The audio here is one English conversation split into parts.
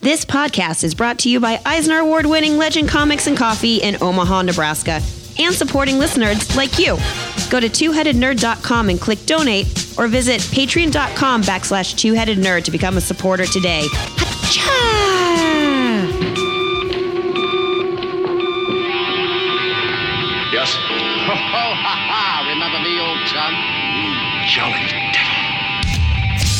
This podcast is brought to you by Eisner Award winning Legend Comics and Coffee in Omaha, Nebraska, and supporting listeners like you. Go to twoheadednerd.com and click donate, or visit patreon.com backslash twoheadednerd to become a supporter today. Achoo! Yes. Oh, ha, ha. Remember me, old chum? Jolly devil.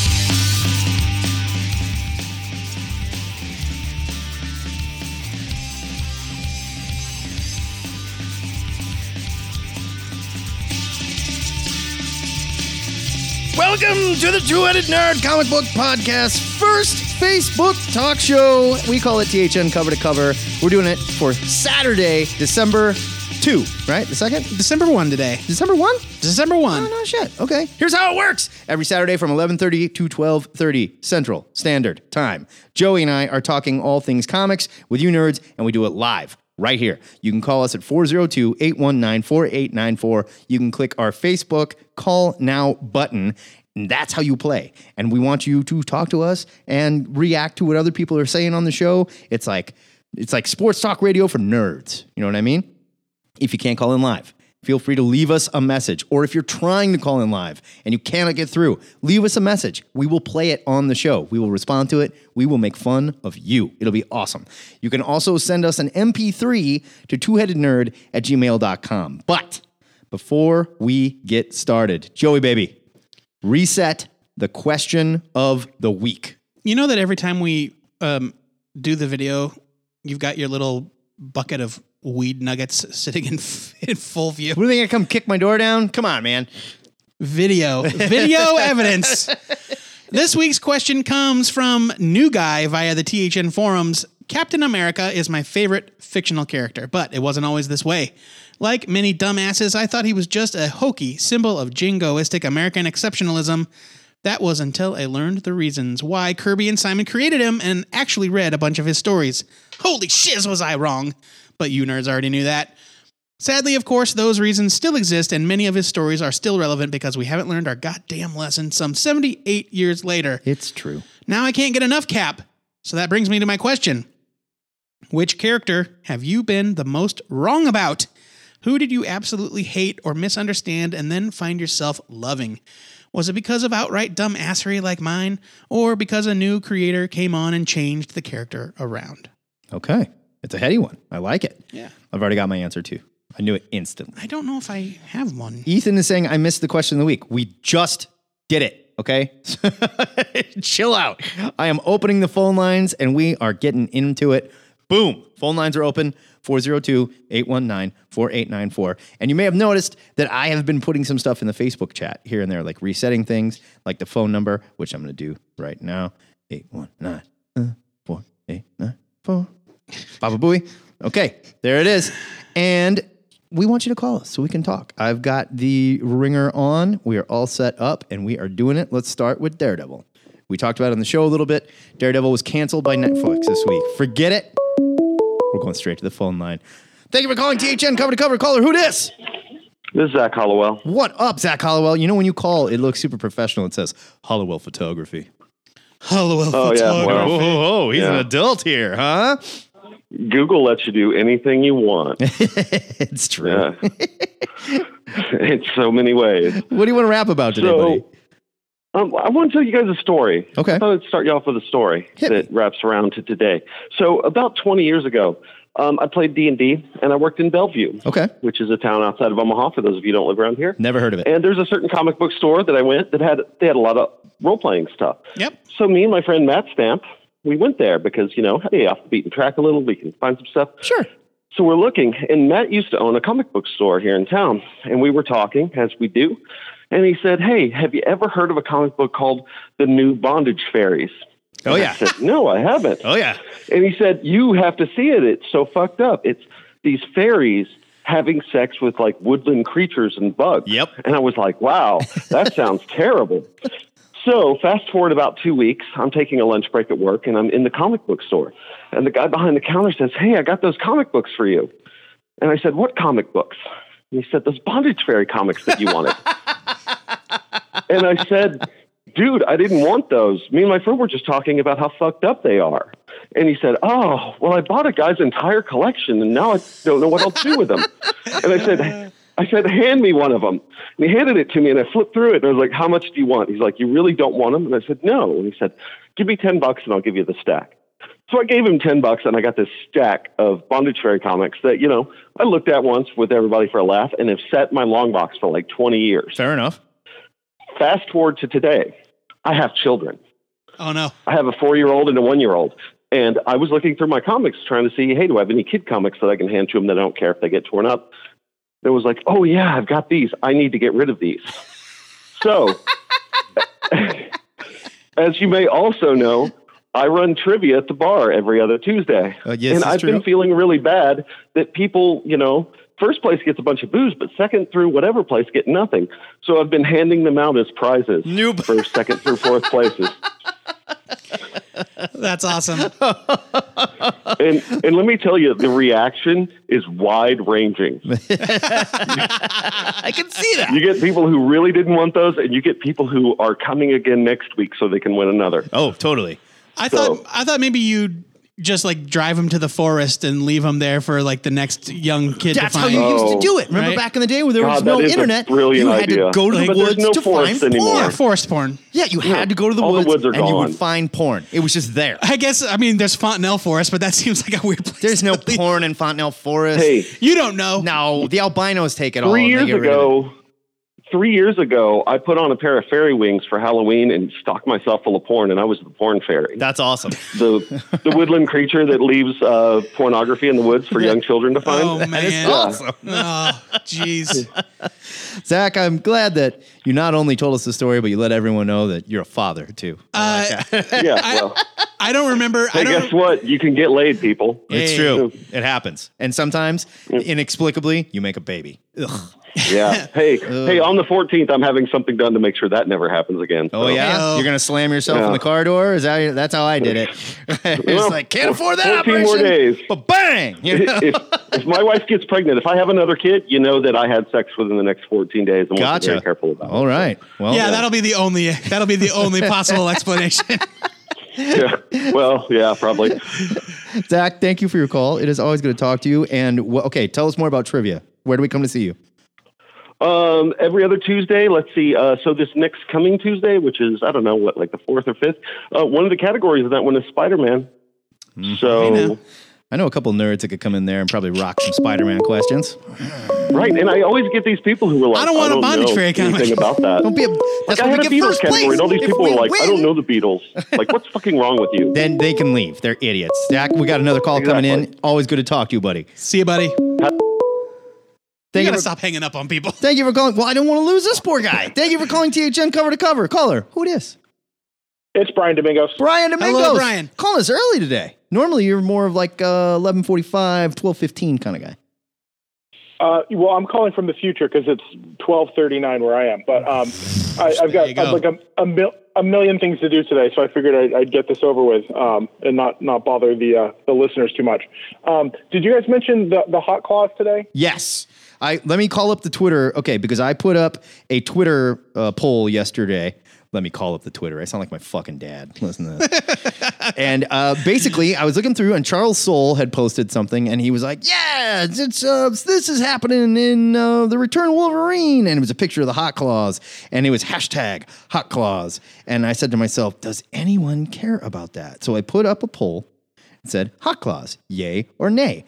Welcome to the Two-Headed Nerd Comic Book Podcast first Facebook talk show. We call it THN cover to cover. We're doing it for Saturday, December 2, right? The 2nd? December 1 today. December 1? December 1. Oh, no shit. Okay. Here's how it works. Every Saturday from 11:30 to 12:30 Central Standard Time. Joey and I are talking all things comics with you nerds and we do it live right here. You can call us at 402-819-4894. You can click our Facebook call now button. And that's how you play. And we want you to talk to us and react to what other people are saying on the show. It's like it's like sports talk radio for nerds. You know what I mean? if you can't call in live. Feel free to leave us a message. Or if you're trying to call in live and you cannot get through, leave us a message. We will play it on the show. We will respond to it. We will make fun of you. It'll be awesome. You can also send us an MP3 to twoheadednerd at gmail.com. But before we get started, Joey baby, reset the question of the week. You know that every time we um, do the video, you've got your little bucket of weed nuggets sitting in, in full view. What are they gonna come kick my door down? Come on, man. Video, video evidence. This week's question comes from New Guy via the THN forums. Captain America is my favorite fictional character, but it wasn't always this way. Like many dumbasses, I thought he was just a hokey symbol of jingoistic American exceptionalism. That was until I learned the reasons why Kirby and Simon created him and actually read a bunch of his stories. Holy shiz, was I wrong! But you nerds already knew that. Sadly, of course, those reasons still exist, and many of his stories are still relevant because we haven't learned our goddamn lesson some 78 years later. It's true. Now I can't get enough cap. So that brings me to my question Which character have you been the most wrong about? Who did you absolutely hate or misunderstand and then find yourself loving? Was it because of outright dumbassery like mine, or because a new creator came on and changed the character around? Okay. It's a heady one. I like it. Yeah. I've already got my answer too. I knew it instantly. I don't know if I have one. Ethan is saying I missed the question of the week. We just did it. Okay. Chill out. I am opening the phone lines and we are getting into it. Boom. Phone lines are open 402 819 4894. And you may have noticed that I have been putting some stuff in the Facebook chat here and there, like resetting things, like the phone number, which I'm going to do right now 819 4894. Papa Booey. Okay, there it is. And we want you to call us so we can talk. I've got the ringer on. We are all set up and we are doing it. Let's start with Daredevil. We talked about it on the show a little bit. Daredevil was canceled by Netflix this week. Forget it. We're going straight to the phone line. Thank you for calling THN cover to cover. Caller, who this? This is Zach Hollowell. What up, Zach Hollowell? You know, when you call, it looks super professional. It says Hollowell Photography. Hello, Oh, yeah, photographer. well. Oh, oh, oh, he's an Yeah. adult here, huh? Google lets you do anything you want. it's true. Yeah. in so many ways. What do you want to rap about today, buddy? So, um, I want to tell you guys a story. Okay. I thought I'd start you off with a story Hit me. that wraps around to today. So, about 20 years ago, um, I played D and D, and I worked in Bellevue, Okay. which is a town outside of Omaha. For those of you who don't live around here, Never heard of it. and there's a certain comic book store that I went that had they had a lot of role playing stuff. Yep. So me and my friend Matt Stamp, we went there because you know, hey, off the beaten track a little, we can find some stuff. Sure. So we're looking, and Matt used to own a comic book store here in town, and we were talking as we do, and he said, "Hey, have you ever heard of a comic book called The New Bondage Fairies?" Oh yeah. I said, "No, I haven't." Oh yeah. And he said, "You have to see it. It's so fucked up. It's these fairies having sex with like woodland creatures and bugs." Yep. And I was like, "Wow, that sounds terrible." So, fast forward about two weeks, I'm taking a lunch break at work and I'm in the comic book store. And the guy behind the counter says, Hey, I got those comic books for you. And I said, What comic books? And he said, Those Bondage Fairy comics that you wanted. and I said, Dude, I didn't want those. Me and my friend were just talking about how fucked up they are. And he said, Oh, well, I bought a guy's entire collection and now I don't know what I'll do with them. and I said, I said, hand me one of them. And he handed it to me and I flipped through it and I was like, How much do you want? He's like, You really don't want them? And I said, No. And he said, Give me 10 bucks and I'll give you the stack. So I gave him 10 bucks and I got this stack of Bondage Fairy comics that, you know, I looked at once with everybody for a laugh and have sat in my long box for like 20 years. Fair enough. Fast forward to today, I have children. Oh no. I have a four year old and a one year old. And I was looking through my comics trying to see, hey, do I have any kid comics that I can hand to them that I don't care if they get torn up? There was like, oh, yeah, I've got these. I need to get rid of these. So, as you may also know, I run trivia at the bar every other Tuesday. Uh, yes, and that's I've true. been feeling really bad that people, you know, first place gets a bunch of booze, but second through whatever place get nothing. So I've been handing them out as prizes Noob. for second through fourth places. That's awesome. and and let me tell you, the reaction is wide ranging. I can see that. You get people who really didn't want those, and you get people who are coming again next week so they can win another. Oh, totally. I So- thought I thought maybe you just like drive him to the forest and leave him there for like the next young kid That's to how find. you used to do it. Remember Right. back in the day where there Oh. God, was that no is a internet? brilliant you had idea. to go to the But there's woods no to forest find porn. anymore. yeah, forest porn. Yeah, you had to go to the All the woods, woods are and you would gone. find porn. It was just there. I guess I mean there's Fontanel Forest, but that seems like a weird place. There's to no leave. porn in Fontanel Forest. Hey, You don't know. No, the albinos take it all. three and years they get rid of it. ago, three years ago, I put on a pair of fairy wings for Halloween and stocked myself full of porn, and I was the porn fairy, That's awesome. the the woodland creature that leaves uh, pornography in the woods for young children to find. Oh man. awesome. Oh jeez. Zach, I'm glad that you not only told us the story, but you let everyone know that you're a father too. Uh, Yeah, well, I don't remember. I hey, don't. guess what? You can get laid, people. it's hey. true. It happens. And sometimes, inexplicably, you make a baby. Ugh. Yeah. Hey, Uh, hey, on the 14th, I'm having something done to make sure that never happens again. Oh, So- yeah? Hey-oh. You're going to slam yourself in Yeah. the car door? Is that, that's how I did it. it's Well, like, can't afford that 14 operation. more days. But bang! You know? if, if my wife gets pregnant, if I have another kid, you know that I had sex within the next 14 days. I'm Gotcha. very careful about All right. Well, yeah, that'll be the only. That'll be the only possible explanation. it. Yeah. Well, yeah, probably. Zach, thank you for your call. It is always good to talk to you. And, wh- okay, tell us more about trivia. Where do we come to see you? Um, every other Tuesday, let's see. Uh, so this next coming Tuesday, which is, I don't know, what, like the fourth or fifth, uh, one of the categories of that one is Spider-Man. So, Mm-hmm. I know a couple nerds that could come in there and probably rock some Spider Man questions. right. And I always get these people who are like, I don't want a bondage know fairy comic." anything about that. Don't be a. like, That's I why had we a get Beatles first category, place. and all these If people we are like, I don't win- know the Beatles. Like, what's fucking wrong with you? Then they can leave. They're idiots. Zach, we got another call coming in. Exactly. Always good to talk to you, buddy. See you, buddy. You Thank you, gotta for, stop hanging up on people. thank you for calling. Well, I don't want to lose this poor guy. Thank you for calling THN cover to cover. Caller, who it is? It's Brian Domingos. Brian Domingos. Brian. Calling us early today. Normally, you're more of like uh, 1145, 1215 kind of guy. Uh, well, I'm calling from the future because it's 12:39 where I am. But um, I, I've There got you I've like go. a, a, mil- a million things to do today, so I figured I'd, I'd get this over with um, and not not bother the uh, the listeners too much. Um, did you guys mention the the hot claws today? Yes. I let me call up the Twitter. Okay, because I put up a Twitter uh, poll yesterday. Let me call up the Twitter. I sound like my fucking dad. Listen to this. and uh, basically, I was looking through, and Charles Soule had posted something, and he was like, "Yeah, it's, it's, uh, this is happening in uh, the Return of Wolverine," and it was a picture of the Hot Claws, and it was hashtag Hot Claws. And I said to myself, "Does anyone care about that?" So I put up a poll and said hot claws, yay or nay.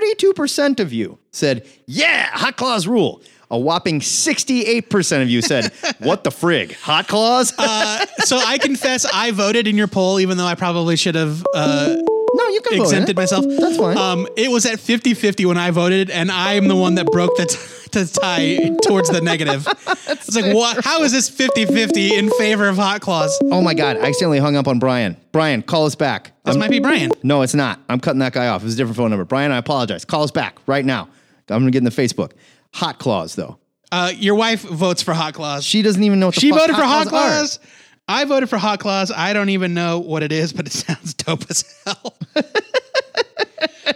32% of you said, yeah, hot claws rule. A whopping 68% of you said, what the frig, hot claws? Uh, so I confess, I voted in your poll, even though I probably should have uh, no, you can vote in exempted it. myself. That's fine. Um, it was at 50 50 when I voted, and I'm the one that broke the, t- the tie towards the negative. it's like, what? How is this 50 50 in favor of Hot Claws? oh my God, I accidentally hung up on Brian. Brian, call us back. This I'm- might be Brian. No, it's not. I'm cutting that guy off. It was a different phone number. Brian, I apologize. Call us back right now. I'm going to get in the Facebook. Hot claws, though. Uh, your wife votes for Hot Claws. She doesn't even know what the She fuck voted for Hot are. Claws. I voted for Hot Claws. I don't even know what it is, but it sounds dope as hell.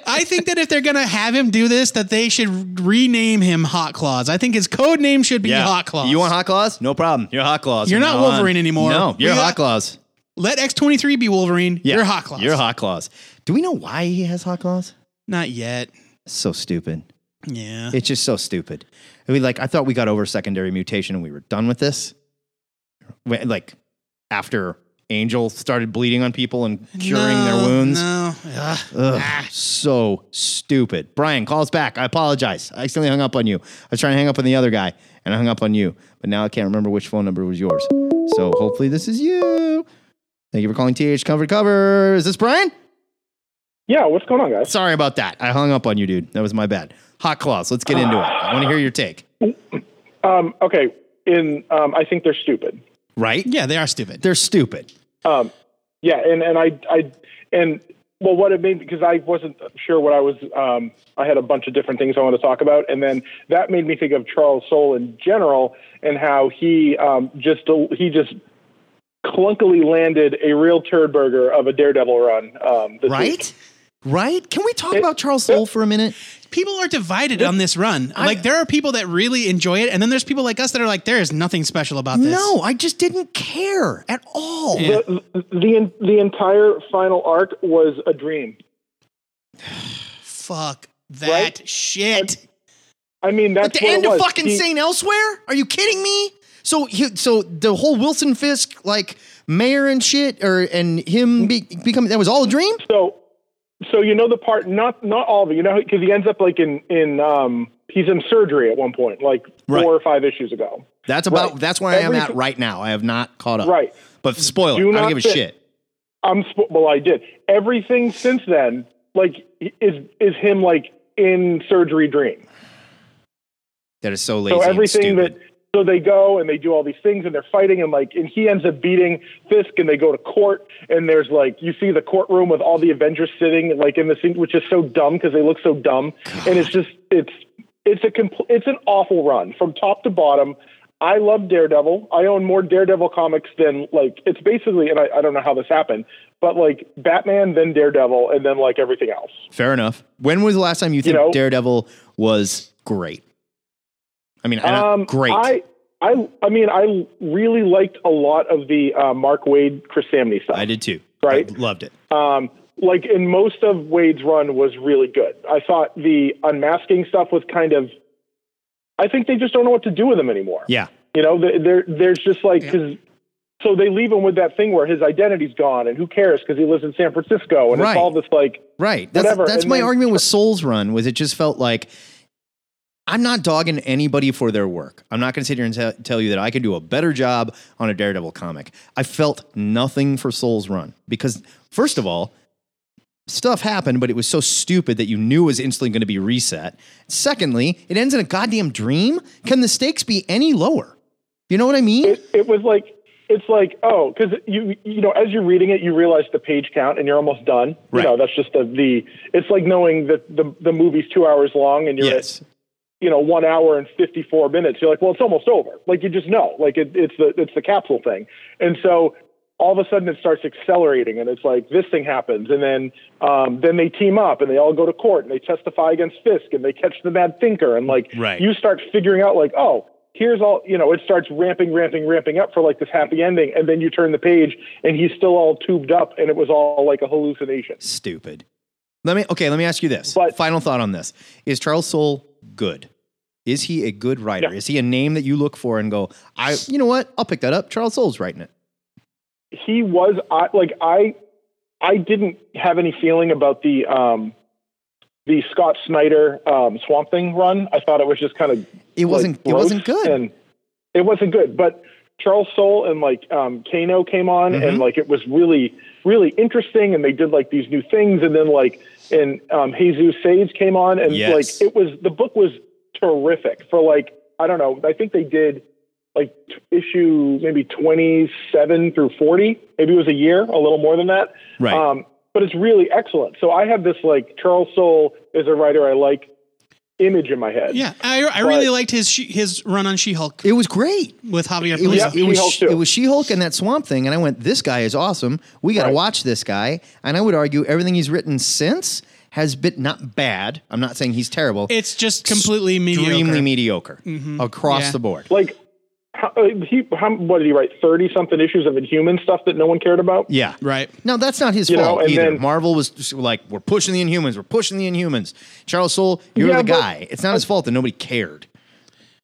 I think that if they're gonna have him do this, that they should rename him Hot Claws. I think his code name should be Hot Claws. You want hot claws? No problem. You're hot claws. You're from not now on. Wolverine anymore. No, We you're got- hot claws. Let X23 be Wolverine. Yeah. You're Hot Claws. You're hot claws. Do we know why he has hot claws? Not yet. Uh. So stupid. Yeah. It's just so stupid. I mean, like, I thought we got over secondary mutation and we were done with this. When- Like, after Angel started bleeding on people and curing No, their wounds. No. Ugh. Ugh, Ah. So stupid. Brian, call us back. I apologize. I accidentally hung up on you. I was trying to hang up on the other guy and I hung up on you, but now I can't remember which phone number was yours. So hopefully this is you. Thank you for calling TH Cover to Cover. Is this Brian? Yeah, what's going on, guys? Sorry about that. I hung up on you, dude. That was my bad. Hot claws. Let's get into it. I want to hear your take. Um, okay, in um, I think they're stupid. Right? Yeah, they are stupid. They're stupid. Um, yeah, and and I I and well, what it made because I wasn't sure what I was. Um, I had a bunch of different things I wanted to talk about, and then that made me think of Charles Soule in general and how he um, just he just clunkily landed a real turd burger of a Daredevil run. Um, this week. Right? Right? Can we talk about Charles Soule for a minute? People are divided on this run. like there are people that really enjoy it, and then there's people like us that are like, there is nothing special about this. No, I just didn't care at all. Yeah. The, the the entire final arc was a dream. Fuck that Right? shit. I mean, At that's the what end it of was. fucking He- St. Elsewhere? Are you kidding me? So he, so the whole Wilson Fisk like mayor and shit or and him be, becoming that was all a dream? So, so you know the part not not all of it, you know, because he ends up like in in um he's in surgery at one point, like Right. four or five issues ago. That's about Right. that's where I am Every- at right now. I have not caught up. Right. But spoiler, Do I don't not give a fit. shit. I'm spo- well, I did everything since then. Like is is him like in surgery dream? That is so lazy. So and everything that stupid. so they go and they do all these things and they're fighting and like and he ends up beating Fisk and they go to court and there's like you see the courtroom with all the Avengers sitting like in the scene which is so dumb because they look so dumb and it's just it's it's a compl- it's an awful run from top to bottom. I love Daredevil. I own more Daredevil comics than like it's basically and I, I don't know how this happened, but like Batman, then Daredevil, and then like everything else. Fair enough. When was the last time you think know? Daredevil was great? I mean, I don't- Um, great. I, I, I mean, I really liked a lot of the uh, Mark Wade Chris Samney stuff. I did too. Right. I loved it. Um, like in most of Wade's run was really good. I thought the unmasking stuff was kind of. I think they just don't know what to do with him anymore. Yeah. You know, there- there there's just like because. So they leave him with that thing where his identity's gone, and who cares? Because he lives in San Francisco, and Right. it's all this like Right. That's Whatever, that's and my then- argument with Souls Run was it just felt like I'm not dogging anybody for their work. I'm not going to sit here and te- tell you that I could do a better job on a Daredevil comic. I felt nothing for Souls Run because first of all, stuff happened, but it was so stupid that you knew it was instantly going to be reset. Secondly, it ends in a goddamn dream. Can the stakes be any lower? You know what I mean? it, it was like it's like oh because you you know as you're reading it you realize the page count and you're almost done you Right. know that's just the, the it's like knowing that the the movie's two hours long and you're at you know one hour and 54 minutes you're like well it's almost over like you just know like it, it's the it's the capsule thing and so all of a sudden it starts accelerating and it's like this thing happens and then um, then they team up and they all go to court and they testify against fisk and they catch the bad thinker and like Right. you start figuring out like oh here's all you know it starts ramping ramping ramping up for like this happy ending and then you turn the page and he's still all tubed up and it was all like a hallucination stupid. Let me okay. Let me ask you this. But- Final thought on this: Is Charles Soule good? Is he a good writer? Yeah. Is he a name that you look for and go, I, you know what? I'll pick that up. Charles Soule's writing it. he was I, like I I didn't have any feeling about the um the Scott Snyder um, Swamp Thing run. I thought it was just kind of It wasn't. it wasn't good. and it wasn't good. But Charles Soule and like um, Kano came on, and Mm-hmm. like it was really, really interesting. And they did like these new things, and then like and um, Jesus Saves came on, and Yes. like it was the book was terrific for like I don't know. I think they did like t- issue maybe twenty seven through forty, maybe it was a year, a little more than that. Right. Um, but it's really excellent. So I have this like Charles Soule is a writer I like image in my head. Yeah, I, I really liked his she, his run on She-Hulk it was great. with Javier It was. Palisa. it was. She-Hulk too. It was She Hulk and that Swamp Thing, and I went, "This guy is awesome. We got to Right. watch this guy." And I would argue everything he's written since has been not bad. I'm not saying he's terrible. It's just completely extremely mediocre. Mm-hmm. mediocre across Mm-hmm. Yeah. the board. like how, uh, he, how, what did he write? Thirty something issues of Inhuman stuff that no one cared about. Yeah. Right. No, that's not his You know, fault and either. then- Marvel was just like, we're pushing the Inhumans. We're pushing the Inhumans. Charles Soule, you're Yeah, the but- guy. It's not his fault that nobody cared.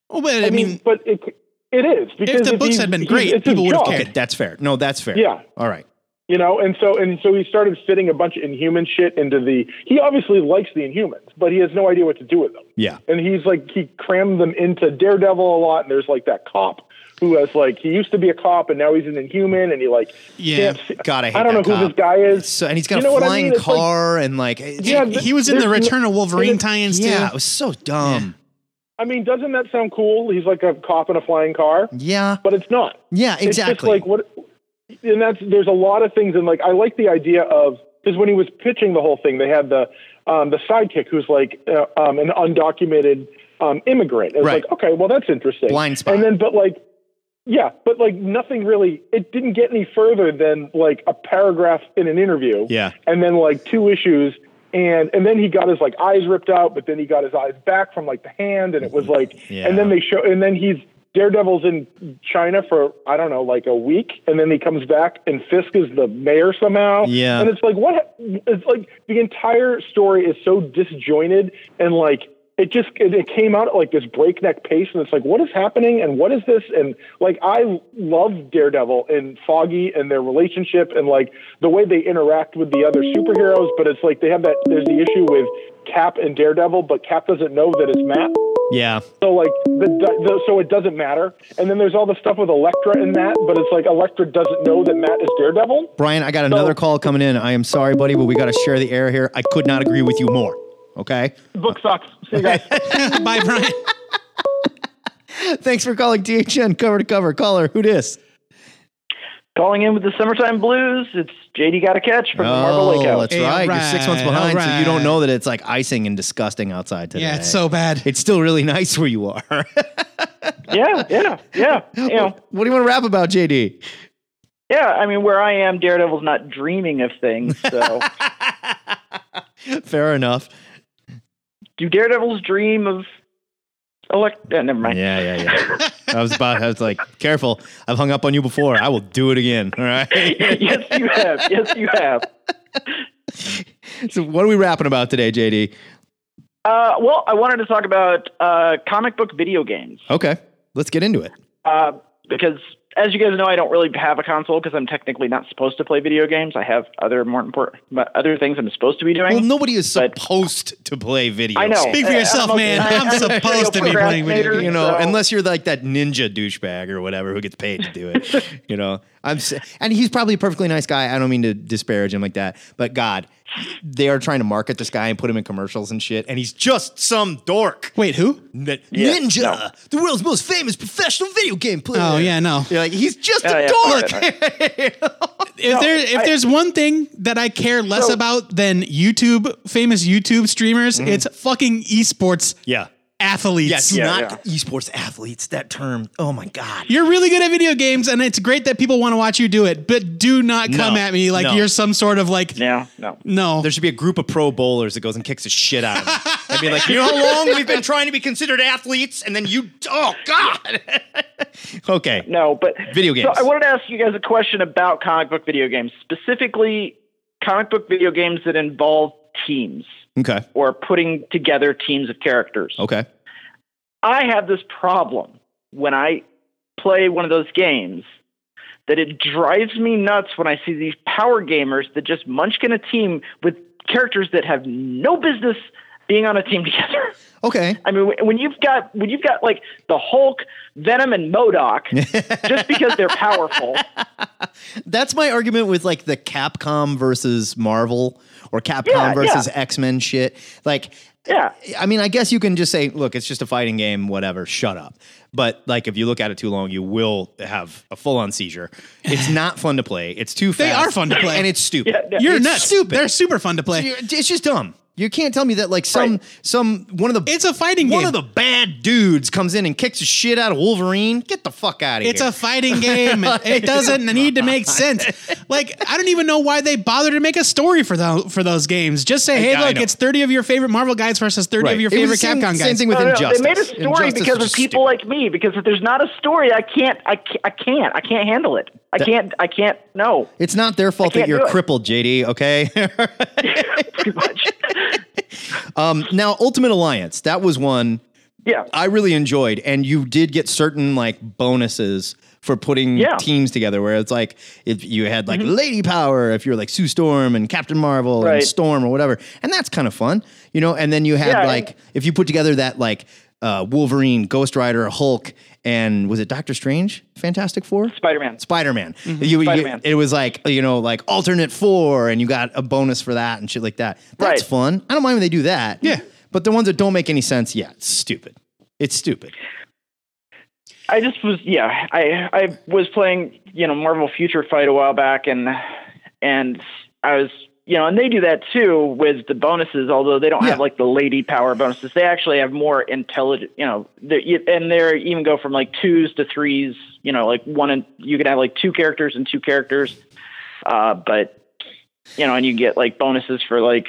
Well, but I, I mean, mean, but it it is because the if books he's- had been he's- great, it's his people would've job. cared. Okay, that's fair. No, that's fair. Yeah. All right. you know and so and so he started fitting a bunch of inhuman shit into the he obviously likes the inhumans but he has no idea what to do with them Yeah. and he's like he crammed them into daredevil a lot and there's like that cop who has like he used to be a cop and now he's an inhuman and he like Yeah. can't see- God, I hate i don't that know who this cop. guy is So, and he's got You know a what I flying mean? It's like- car and like, it's- Yeah, yeah, th- he was in the there's- Return of Wolverine there's- tie-ins it too. was so dumb. i mean doesn't that sound cool he's like a cop in a flying car Yeah. but it's not Yeah, It's just exactly. like what, and that's there's a lot of things, and like I like the idea of because when he was pitching the whole thing, they had the um, the sidekick who's like uh, um, an undocumented um, immigrant. It's Right. like okay, well that's interesting. Blind spot. And then, but like. Yeah, but like nothing really. It didn't get any further than like a paragraph in an interview. Yeah. and then like two issues, and and then he got his like eyes ripped out, but then he got his eyes back from like the hand, and it was like, Yeah. and then they show, and then he's Daredevil's in China for I don't know, like a week, and then he comes back, and Fisk is the mayor somehow. Yeah. and it's like what? It's like the entire story is so disjointed, and like it just it, it came out at like this breakneck pace, and it's like what is happening, and what is this, and like I love Daredevil and Foggy and their relationship, and like the way they interact with the other superheroes, but it's like they have that. There's the issue with Cap and Daredevil, but Cap doesn't know that it's Matt. yeah. So like the, the so it doesn't matter. And then there's all the stuff with Elektra in that, but it's like Elektra doesn't know that Matt is Daredevil. Brian, I got another call coming in. I am sorry, buddy, but we got to share the air here. I could not agree with you more. Okay. Book sucks. See you guys. Bye, Brian. Thanks for calling THN cover to cover. Caller, who dis? Calling in with the summertime blues. It's JD. Got to catch from the Marble Lake House. Oh, that's Yeah, right. You're six months right, behind, so you don't alright. know that it's like icing and disgusting outside today. Yeah, it's so bad. It's still really nice where you are. Yeah, yeah, yeah. You know, what do you want to rap about, JD? yeah. I mean, where I am, Daredevil's not dreaming of things. So, Fair enough. do Daredevils dream of? Elect- uh, never mind. Yeah, yeah, yeah. I was about. I was like, careful. I've hung up on you before. I will do it again. All right. yes, you have. Yes, you have. so, what are we rapping about today, JD? Uh, well, I wanted to talk about uh, comic book video games Okay, let's get into it. uh, because, as you guys know, I don't really have a console because I'm technically not supposed to play video games. I have other more important other things I'm supposed to be doing. Well, nobody is But- supposed to play video. I know. Speak for Uh, yourself, I'm a- man. I- I'm I'm a supposed to be serial playing video procrastinator. games. You know, So- unless you're like that ninja douchebag or whatever who gets paid to do it. you know, I'm s- and he's probably a perfectly nice guy. I don't mean to disparage him like that, but God, they are trying to market this guy and put him in commercials and shit, and he's just some dork. Wait, who? That ninja, the world's most famous professional video game player. Oh yeah, no. You're like he's just Oh, a yeah. dork. If there if there's one thing that I care less So- about than YouTube famous YouTube streamers, it's fucking esports Mm-hmm. yeah. athletes. Yeah, do Yeah, not esports athletes. That term. Oh my god. You're really good at video games, and it's great that people want to watch you do it. But do not come No, at me like no. you're some sort of like No, no. no. There should be a group of pro bowlers that goes and kicks the shit out of them. I mean, like, you know how long we've been trying to be considered athletes, and then you, oh god. okay. No, but Video games. So I wanted to ask you guys a question about comic book video games, specifically comic book video games that involve teams Okay. or putting together teams of characters. Okay. I have this problem when I play one of those games that it drives me nuts when I see these power gamers that just munchkin a team with characters that have no business being on a team together. Okay. I mean, when you've got when you've got like the Hulk, Venom, and Modoc, just because they're powerful. That's my argument with like the Capcom versus Marvel or Capcom Yeah, versus X Men shit. Like, Yeah. I mean, I guess you can just say, look, it's just a fighting game, whatever, shut up. But like, if you look at it too long, you will have a full on seizure. It's not fun to play. It's too fast. are fun to play. And it's stupid. Yeah, no. you're It's nuts. stupid. They're super fun to play. It's just dumb. You can't tell me that like some Right. some one of the It's a fighting one game. of the bad dudes comes in and kicks the shit out of Wolverine. Get the fuck out of It's here. a fighting game. It doesn't need to make sense. Like I don't even know why they bother to make a story for tho- for those games. Just say, hey, Yeah, I look, know. it's thirty of your favorite Marvel guys versus thirty Right. of your It was favorite the same, Capcom guys. Same thing with Oh, No, no, no, Injustice. They made a story Injustice because was of people stupid. like me. Because if there's not a story, I can't. I can't. I can't. I can't handle it. I can't. I can't. No. It's not their fault that I can't you're do it. crippled, JD. Okay. Pretty much. um, now, Ultimate Alliance. That was one yeah. I really enjoyed, and you did get certain like bonuses for putting Yeah. Mm-hmm. teams together. Where it's like if you had like Lady Power, if you're like Sue Storm and Captain Marvel and Right. Storm or whatever, and that's kind of fun, you know. And then you had Yeah, like and- if you put together that like uh, Wolverine, Ghost Rider, Hulk, and was it Doctor Strange, Fantastic Four, Spider-Man. Spider Man. You, you- Mm-hmm. Spider-Man. it was like you know like alternate four, and you got a bonus for that and shit like that. That's Right. fun. I don't mind when they do that. Yeah. but the ones that don't make any sense, yeah, it's stupid. It's stupid. I just was yeah. I I was playing you know Marvel Future Fight a while back, and and I was you know, and they do that too with the bonuses. Although they don't have Yeah. like the lady power bonuses, they actually have more intelligent. You know, they're- you- and they are even go from like twos to threes. You know, like one and you can have like two characters and two characters, uh, but you know, and you get like bonuses for like.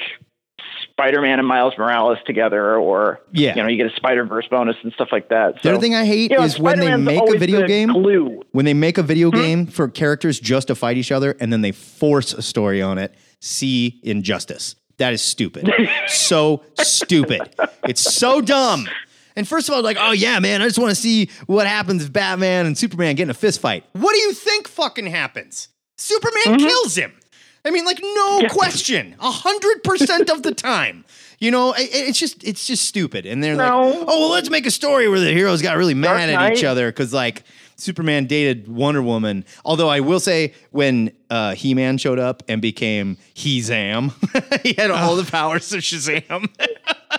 Spider-Man and Miles Morales together, or Yeah. you know, you get a Spider-Verse bonus and stuff like that. The So, other thing I hate you know, is when they Spider-Man's make a always video the Hmm? game. Glue. When they make a video game for characters just to fight each other and then they force a story on it, see injustice. That is stupid. so stupid. It's so dumb. And first of all, like, oh yeah, man, I just want to see what happens if Batman and Superman get in a fist fight. What do you think fucking happens? Superman Mm-hmm. kills him. I mean, like, no question. A hundred percent of the time. You know, i- i- it's just it's just stupid. And they're No. like, oh well, let's make a story where the heroes got really mad Dark at each Knight. other because like Superman dated Wonder Woman. Although I will say when uh, He Man showed up and became He Zam, he had all Oh. the powers of Shazam.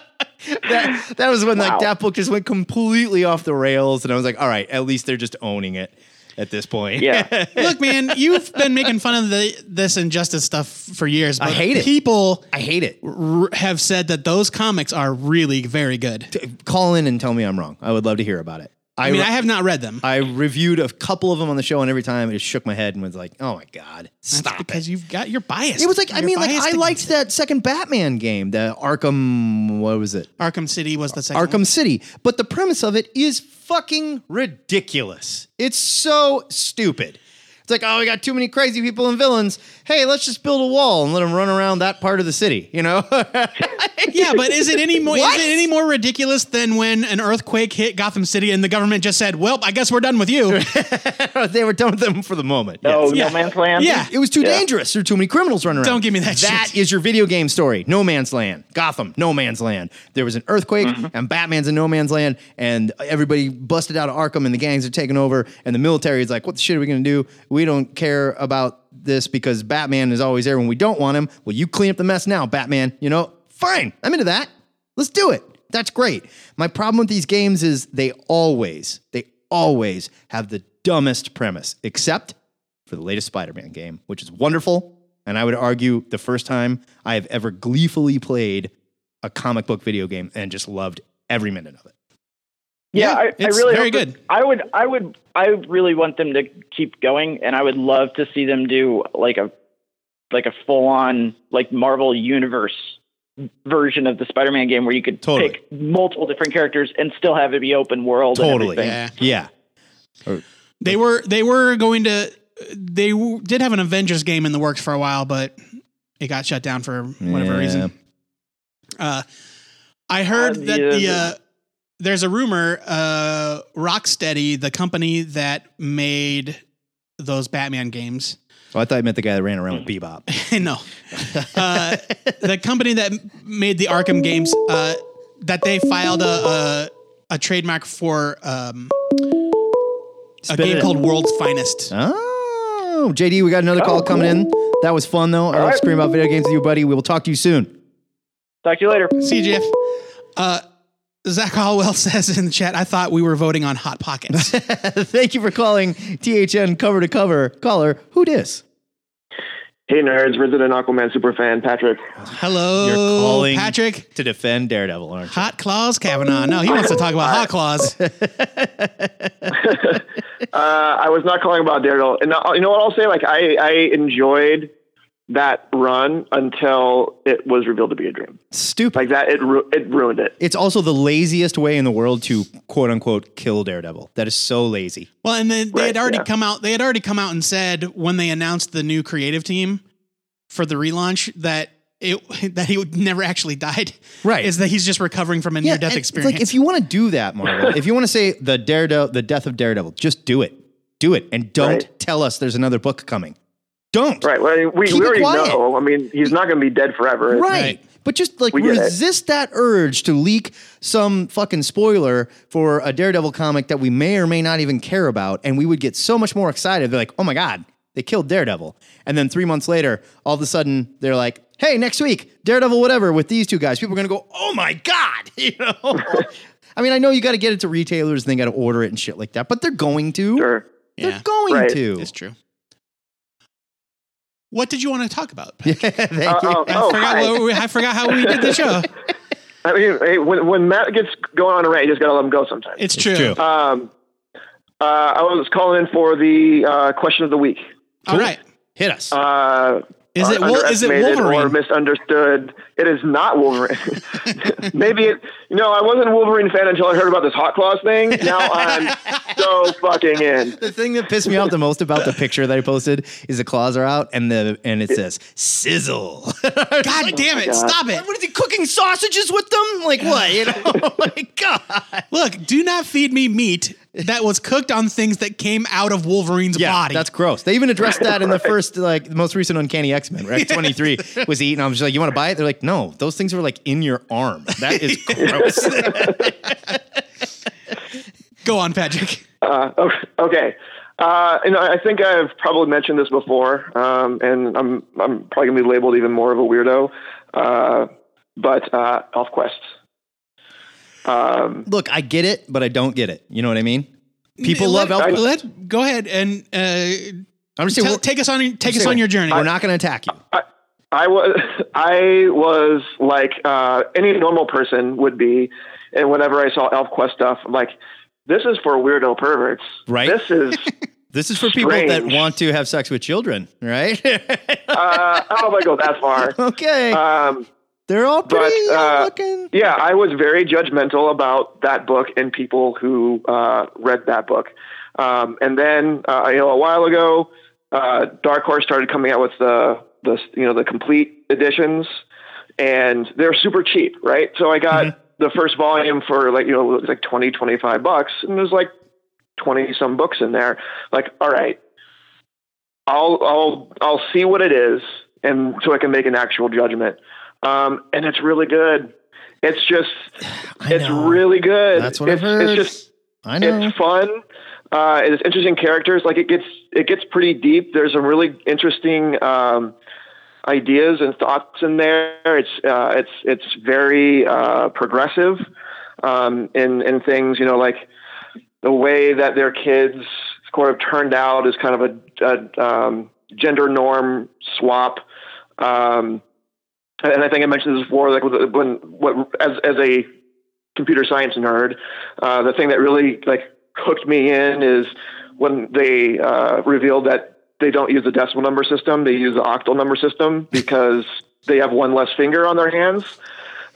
that that was when like Wow. that book just went completely off the rails, and I was like, all right, at least they're just owning it at this point. Yeah. Look, man, you've been making fun of the, this injustice stuff for years. But hate it. People I hate it. r- have said that those comics are really very good. Call in and tell me I'm wrong. I would love to hear about it. I, mean, I have not read them. I reviewed a couple of them on the show, and every time it shook my head and was like, "Oh my god, That's stop it!" because you've got you're biased. It was like I You're mean, like biased I against liked that second Batman game, the Arkham. What was it? Arkham City was the second. Arkham City. But the premise of it is fucking ridiculous. It's so stupid. It's like, oh, we got too many crazy people and villains. Hey, let's just build a wall and let them run around that part of the city. You know? one. Yeah, but is it any more is What? it any more ridiculous than when an earthquake hit Gotham City and the government just said, "Well, I guess we're done with you." they were done with them for the moment. No, yes. No Man's Land. Yeah. It was too dangerous. There were too many criminals running around. Don't give me that That shit. is your video game story. No man's land. Gotham. No man's land. There was an earthquake, and Batman's in no man's land, and everybody busted out of Arkham, and the gangs are taking over, and the military is like, "What the shit are we gonna do? We don't care about this because Batman is always there when we don't want him. Well, you clean up the mess now, Batman. You know, fine. I'm into that. Let's do it. That's great. My problem with these games is they always, they always have the dumbest premise, except for the latest Spider Man game, which is wonderful. And I would argue the first time I have ever gleefully played a comic book video game and just loved every minute of it. Yeah, Yeah, I, I it's really very hope that- good. I would, I would, I really want them to keep going, and I would love to see them do like a, like a full-on like Marvel Universe version of the Spider-Man game where you could Totally. pick multiple different characters and still have it be open world. and Totally. everything. Yeah. Yeah. They were they were going to they w- did have an Avengers game in the works for a while, but it got shut down for whatever Yeah. reason. Uh, I heard Um, that yeah, the the- uh, there's a rumor uh, Rocksteady, the company that made those Batman games, Oh, I thought you meant the guy that ran around with Bebop. no, uh, the company that made the Arkham games, uh, that they filed a, a a trademark for um, a game it. called World's Finest. Oh, JD, we got another call coming in. That was fun, though. I love right. screaming about video games with you, buddy. We will talk to you soon. Talk to you later. See you, Jeff. Uh, Zach Hallwell says in the chat, I thought we were voting on Hot Pockets. Thank you for calling THN cover to cover. Caller, who dis? Hey nerds, resident Aquaman superfan Patrick. Hello, You're calling Patrick. to defend Daredevil, aren't you? Hot Claws Kavanaugh. No, he wants to talk about Hot Claws. Uh, I was not calling about Daredevil, and uh, you know what I'll say? Like I, I enjoyed that run until it was revealed to be a dream. Stupid. Like that, it ru- it ruined it. It's also the laziest way in the world to quote unquote kill Daredevil. That is so lazy. Well, and then they had Right, already yeah. come out. They had already come out and said when they announced the new creative team for the relaunch that it that he would never actually died. Right. is that he's just recovering from a near death and experience? It's like if you want to do that, Marvel, if you want to say the Daredevil, the death of Daredevil, just do it. Do it, and don't Right. tell us there's another book coming. Don't. Right. Well, I mean, we, Keep we it already quiet. know. I mean, he's not going to be dead forever. Right. Right. But just like We get it. resist that urge to leak some fucking spoiler for a Daredevil comic that we may or may not even care about, and we would get so much more excited. They're like, "Oh my god, they killed Daredevil!" And then three months later, all of a sudden, they're like, "Hey, next week, Daredevil, whatever, with these two guys." People are gonna go, "Oh my god!" You know. I mean, I know you got to get it to retailers, and they got to order it and shit like that, but they're going to. Sure. yeah, They're going Right. to. it's true. What did you want to talk about? Yeah, thank Uh, you. oh, I oh, forgot. hi. what we, I forgot how we did the show. I mean, hey, when when Matt gets going on a rant, you just got to let him go sometimes. It's true. true. Um, uh, I was calling in for the uh, question of the week. All right. Hit us. Uh, Is it are Wol- is it underestimated or Wolverine? misunderstood? It is not Wolverine. Maybe it. You know, I wasn't a Wolverine fan until I heard about this Hot Claws thing. Now I'm so fucking in. The thing that pissed me off the most about the picture that I posted is the claws are out and the and it says sizzle. oh God damn it! God. Stop it! is he cooking sausages with them? Like what? You know? like God. Look, do not feed me meat that was cooked on things that came out of Wolverine's Yeah, body. that's gross. They even addressed that in the first, like, the most recent Uncanny X Men. Right, twenty three was eaten. I was just like, "You want to buy it?" They're like, "No, those things were like in your arm. That is gross." Go on, Patrick. Uh, okay- okay. Uh, and I I think I've probably mentioned this before, um, and I'm I'm probably gonna be labeled even more of a weirdo. Uh, but uh, off quest. Um, Look, I get it, but I don't get it. You know what I mean? People Let- love Elf. Let go ahead and uh, I'm just saying, tell- we're, take us on take us saying- on your journey. we're not going to attack you. I was I was like uh, any normal person would be, and whenever I saw ElfQuest stuff, I'm like, this is for weirdo perverts. Right. This is This is for people that Strange. want to have sex with children, right? uh, I don't know if I go that far. okay. Um, They're all but, pretty uh, looking. yeah, I was very judgmental about that book and people who uh, read that book. Um, and then, uh, you know, a while ago, uh, Dark Horse started coming out with the, the, you know, the complete editions, and they're super cheap, right? So I got Mm-hmm. the first volume for like, you know, it was like 20, 25 bucks, and there's like 20 some books in there. Like, all right, I'll, I'll, I'll see what it is, and so I can make an actual judgment. Um, and it's really good. It's just, I it's know. really good. That's what it's, I've heard. It's just, I know. it's fun. Uh, it's interesting characters. Like it gets, it gets pretty deep. There's some really interesting um, ideas and thoughts in there. It's, uh, it's, it's very uh, progressive um, in in things. You know, like the way that their kids sort of turned out is kind of a, a um, gender norm swap. Um, and I think I mentioned this before, like with- when what as as a computer science nerd, uh, the thing that really like hooked me in is when they uh, revealed that they don't use the decimal number system; they use the octal number system because they have one less finger on their hands.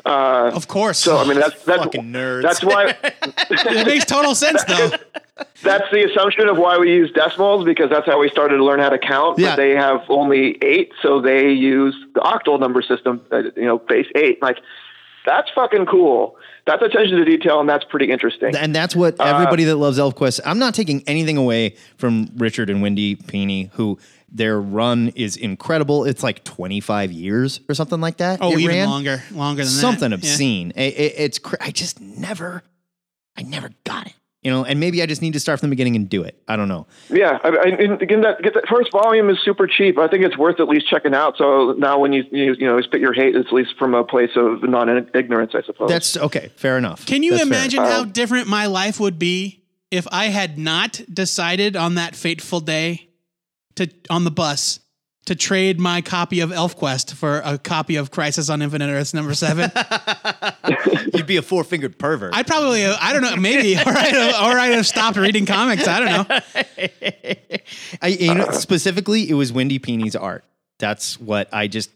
Uh, of course. so I mean, that's that's Fucking nerds. that's why it makes total sense though. that's the assumption of why we use decimals because that's how we started to learn how to count. Yeah. But they have only eight, so they use the octal number system. uh, You know, base eight. Like that's fucking cool. That's attention to detail, and that's pretty interesting. Uh, and that's what everybody Uh, that loves ElfQuest. I'm not taking anything away from Richard and Wendy Peeney, who their run is incredible. It's like 25 years or something like that. Oh, it even ran. longer, longer than that. something Yeah. obscene. I- I- it's cr- I just never, I never got it. You know, and maybe I just need to start from the beginning and do it. I don't know. Yeah, I, I, and again, that get that first volume is super cheap. I think it's worth at least checking out. So now, when you you, you know spit your hate, it's at least from a place of non ignorance, I suppose. That's okay. Fair enough. Can you That's fair. Uh, imagine how different my life would be if I had not decided on that fateful day to on the bus to trade my copy of ElfQuest for a copy of Crisis on Infinite Earths number seven. You'd be a four fingered pervert. I probably, I don't know, maybe, or I'd, or I'd have stopped reading comics. I don't know. I, you know, specifically, it was Wendy Peeney's art. That's what I just.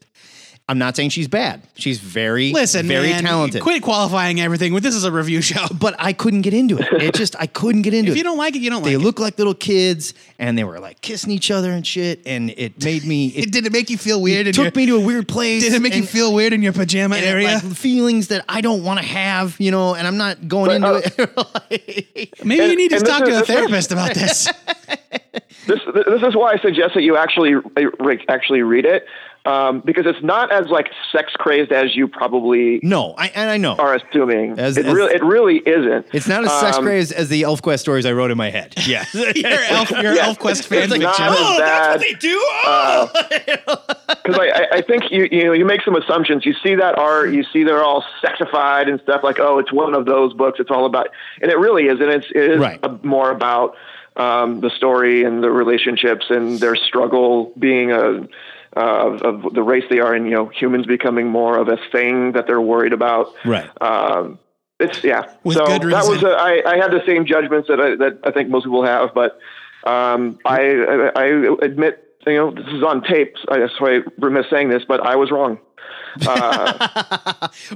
I'm not saying she's bad. She's very, Listen, very man, talented. Quit qualifying everything. This is a review show. But I couldn't get into it. It just I couldn't get into If it. you don't like it, you don't they like looked like little kids, and they were like kissing each other and shit, and it made me. it. It, Did it make you feel weird? in your- took me to a weird place. Did it make you and- feel weird in your pajama and it, area? like, feelings that I don't want to have, you know, and I'm not going But, uh, into it. Maybe you need to and talk this to a is- therapist about this. this this is why I suggest that you actually like, actually read it um, because it's not as like sex crazed as you probably no, I and I know are assuming. As- it, as- really, it really isn't. it's not as sex Um, crazed as the ElfQuest stories I wrote in my head. Yeah, your elf, your Yeah. ElfQuest fan It's like, fiction. not as bad. do. Oh! because I, I- I think you you know you make some assumptions. You see that art, you see they're all sexified and stuff like oh, it's one of those books. It's all about, and it really isn't. It's it is Right. a- more about um, the story and the relationships and their struggle being a. Uh, of, of the race they are, and you know, humans becoming more of a thing that they're worried about. Right. Um, it's yeah. With so good that was reason. a, I, I had the same judgments that I, that I think most people have, but um, I, I I admit you know this is on tape. so I- That's why I remiss saying this, but I was wrong. Uh,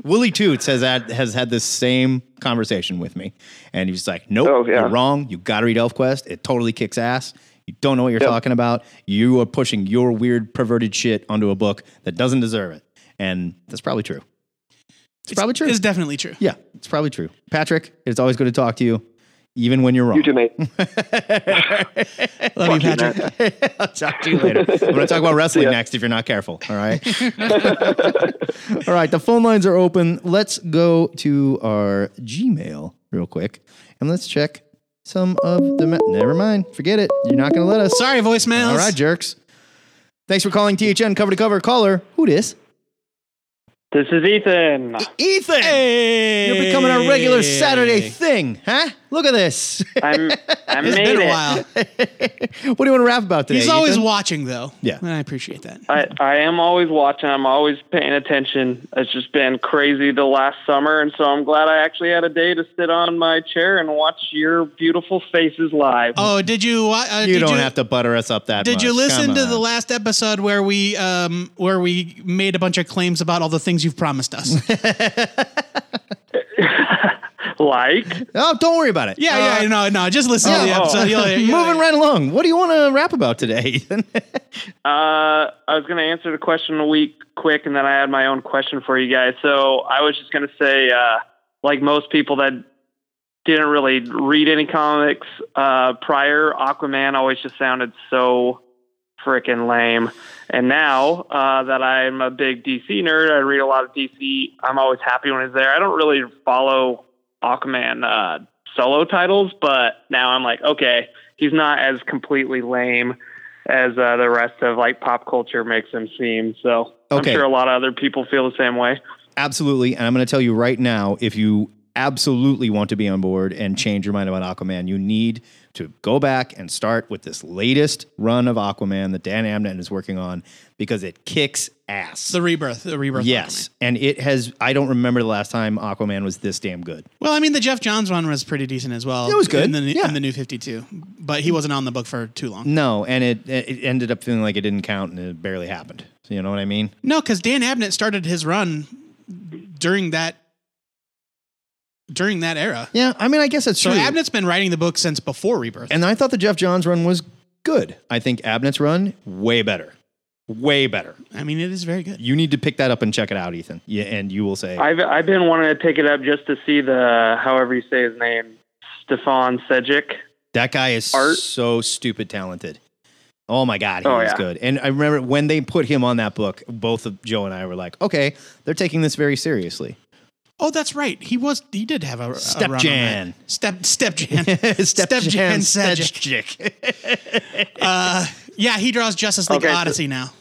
Willie Toots has had, has had this same conversation with me, and he's like, "Nope, Oh, yeah. you're wrong. You got to read ElfQuest. It totally kicks ass. You don't know what you're Yep. talking about. You are pushing your weird perverted shit onto a book that doesn't deserve it, and that's probably true. It's, probably true. It's definitely true. yeah, it's probably true. Patrick, it's always good to talk to you, even when you're wrong. You too, mate. Love you, Patrick. I'll talk to you later. I'm going to talk about wrestling next if you're not careful. All right. all right. The phone lines are open. Let's go to our Gmail real quick and let's check some of the. Me- Never mind. Forget it. You're not going to let us. Sorry, voicemails. All right, jerks. Thanks for calling THN cover to cover. Caller, who dis? This is Ethan. E-, Ethan. You're becoming a regular Saturday thing, huh? Look at this. I'm, I It's made been a it. while. what do you want to rap about today? He's always Ethan? watching, though. Yeah. And I appreciate that. I, I am always watching. I'm always paying attention. It's just been crazy the last summer, and so I'm glad I actually had a day to sit on my chair and watch your beautiful faces live. Oh, did you? wa- Uh, You did don't have to butter us up that Did much. you listen Come to the on. last episode where we um where we made a bunch of claims about all the things you've promised us? Like, Oh, don't worry about it. Yeah, Uh, yeah, no, no, just listen to the Oh. episode. You'll- you'll- Moving right along. What do you want to rap about today, Ethan? uh, I was going to answer the question a week quick, and then I had my own question for you guys. So I was just going to say, uh, like most people that didn't really read any comics uh, prior, Aquaman always just sounded so freaking lame. And now uh, that I'm a big DC nerd, I read a lot of DC. I'm always happy when it's there. I don't really follow Aquaman uh, solo titles, but now I'm like, okay, he's not as completely lame as uh, the rest of like pop culture makes him seem. So Okay. I'm sure a lot of other people feel the same way. absolutely. And I'm going to tell you right now if you absolutely want to be on board and change your mind about Aquaman, you need to go back and start with this latest run of Aquaman that Dan Amnett is working on because it kicks ass. The rebirth, the rebirth. yes. And it has, I don't remember the last time Aquaman was this damn good. Well, I mean, the Jeff Johns one was pretty decent as well. It was good, in the, yeah. in the new Fifty Two, but he wasn't on the book for too long. No. And it, it ended up feeling like it didn't count and it barely happened. So you know what I mean? No, because Dan Abnett started his run during that during that era. Yeah. I mean, I guess that's So true. Abnett's been writing the book since before Rebirth. And I thought the Jeff Johns run was good. I think Abnett's run way better, way better. I mean, it is very good. You need to pick that up and check it out, Ethan. Yeah, and you will say, I've I've been wanting to pick it up just to see the however you say his name, Stefan Sejic. that guy is Art- so stupid talented. Oh my God, he Oh, was yeah. good. And I remember when they put him on that book, both of Joe and I were like, okay, they're taking this very seriously. Oh, that's right. He was. He did have a a Step run on Jan. that. Step Step Jan. Jan Sejic. Sejic. Uh, yeah, he draws Justice League Okay, so- Odyssey now.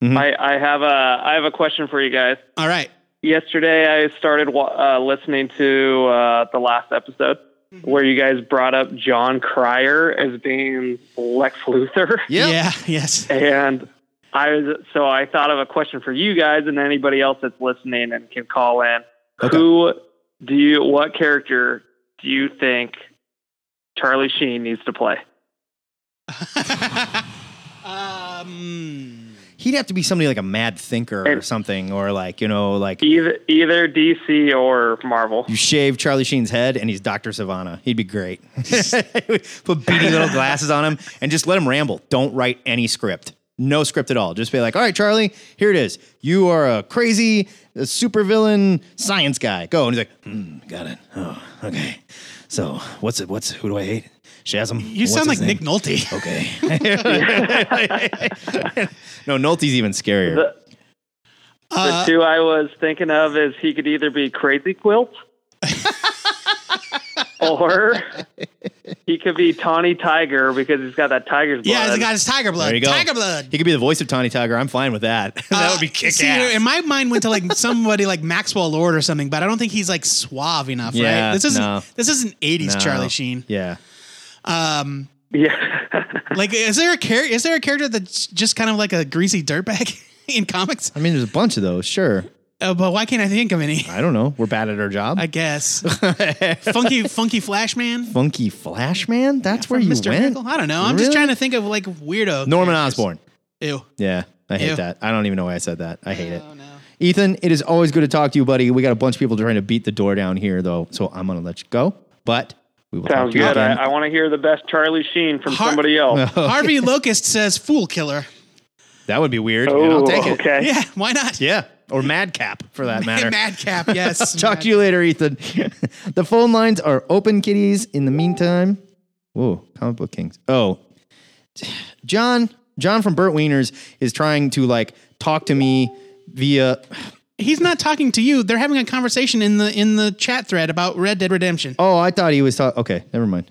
I, I have a I have a question for you guys. Mm-hmm. All right. Yesterday, I started wa- uh, listening to uh, the last episode Mm-hmm. where you guys brought up John Cryer as being Lex Luthor, Yep. Yeah. Yes. and I was so I thought of a question for you guys and anybody else that's listening and can call in. Okay. Who do you? What character do you think Charlie Sheen needs to play? um, He'd have to be somebody like a mad thinker or something, or like you know, like Either either DC or Marvel. you shave Charlie Sheen's head and he's Doctor Savannah. He'd be great. Put beady little glasses on him and just let him ramble. Don't write any script. No script at all. Just be like, all right, Charlie, here it is. You are a crazy uh, supervillain science guy. Go. And he's like, hmm, got it. Oh, okay. So what's it? What's who do I hate? Shazam. you sound like Nick Nolte. Okay. no, Nolte's even scarier. The, the Uh, two I was thinking of is he could either be Crazy Quilt or he could be Tawny Tiger because he's got that tiger's blood. Yeah, he's got his tiger blood. There you go. Tiger blood. He could be the voice of Tawny Tiger. I'm fine with that. that would be Uh, kick see, ass. And my mind went to like somebody like Maxwell Lord or something, but I don't think he's like suave enough, Yeah, right? This isn't no. this isn't 80s No. Charlie Sheen. Yeah. Um yeah. like is there a character is there a character that's just kind of like a greasy dirtbag in comics? I mean, there's a bunch of those. Sure. Uh, but why can't I think of any? I don't know. We're bad at our job. I guess. uh, funky funky Flashman? Funky Flash Man? That's where from you Mr. went? Miracle? I don't know. I'm just Really? trying to think of like weirdo. Norman characters. Osborn. Ew. Yeah. I hate Ew. that. I don't even know why I said that. I hate it. Oh, no. Ethan, it is always good to talk to you, buddy. We got a bunch of people trying to beat the door down here, though, so I'm going to let you go. But we will Sounds talk to you good. again. I, I want to hear the best Charlie Sheen from Har- somebody else. Harvey Locust says fool killer. that would be weird. and I'll Oh, take it. okay. Yeah, why not? Yeah. Or Madcap, for that matter. Madcap, yes. Talk to you later, Ethan. the phone lines are open, kiddies. In the meantime, whoa, comic book kings. Oh, John, John from Burt Wieners is trying to like talk to me via. He's not talking to you. They're having a conversation in the in the chat thread about Red Dead Redemption. Oh, I thought he was talking. Okay, never mind.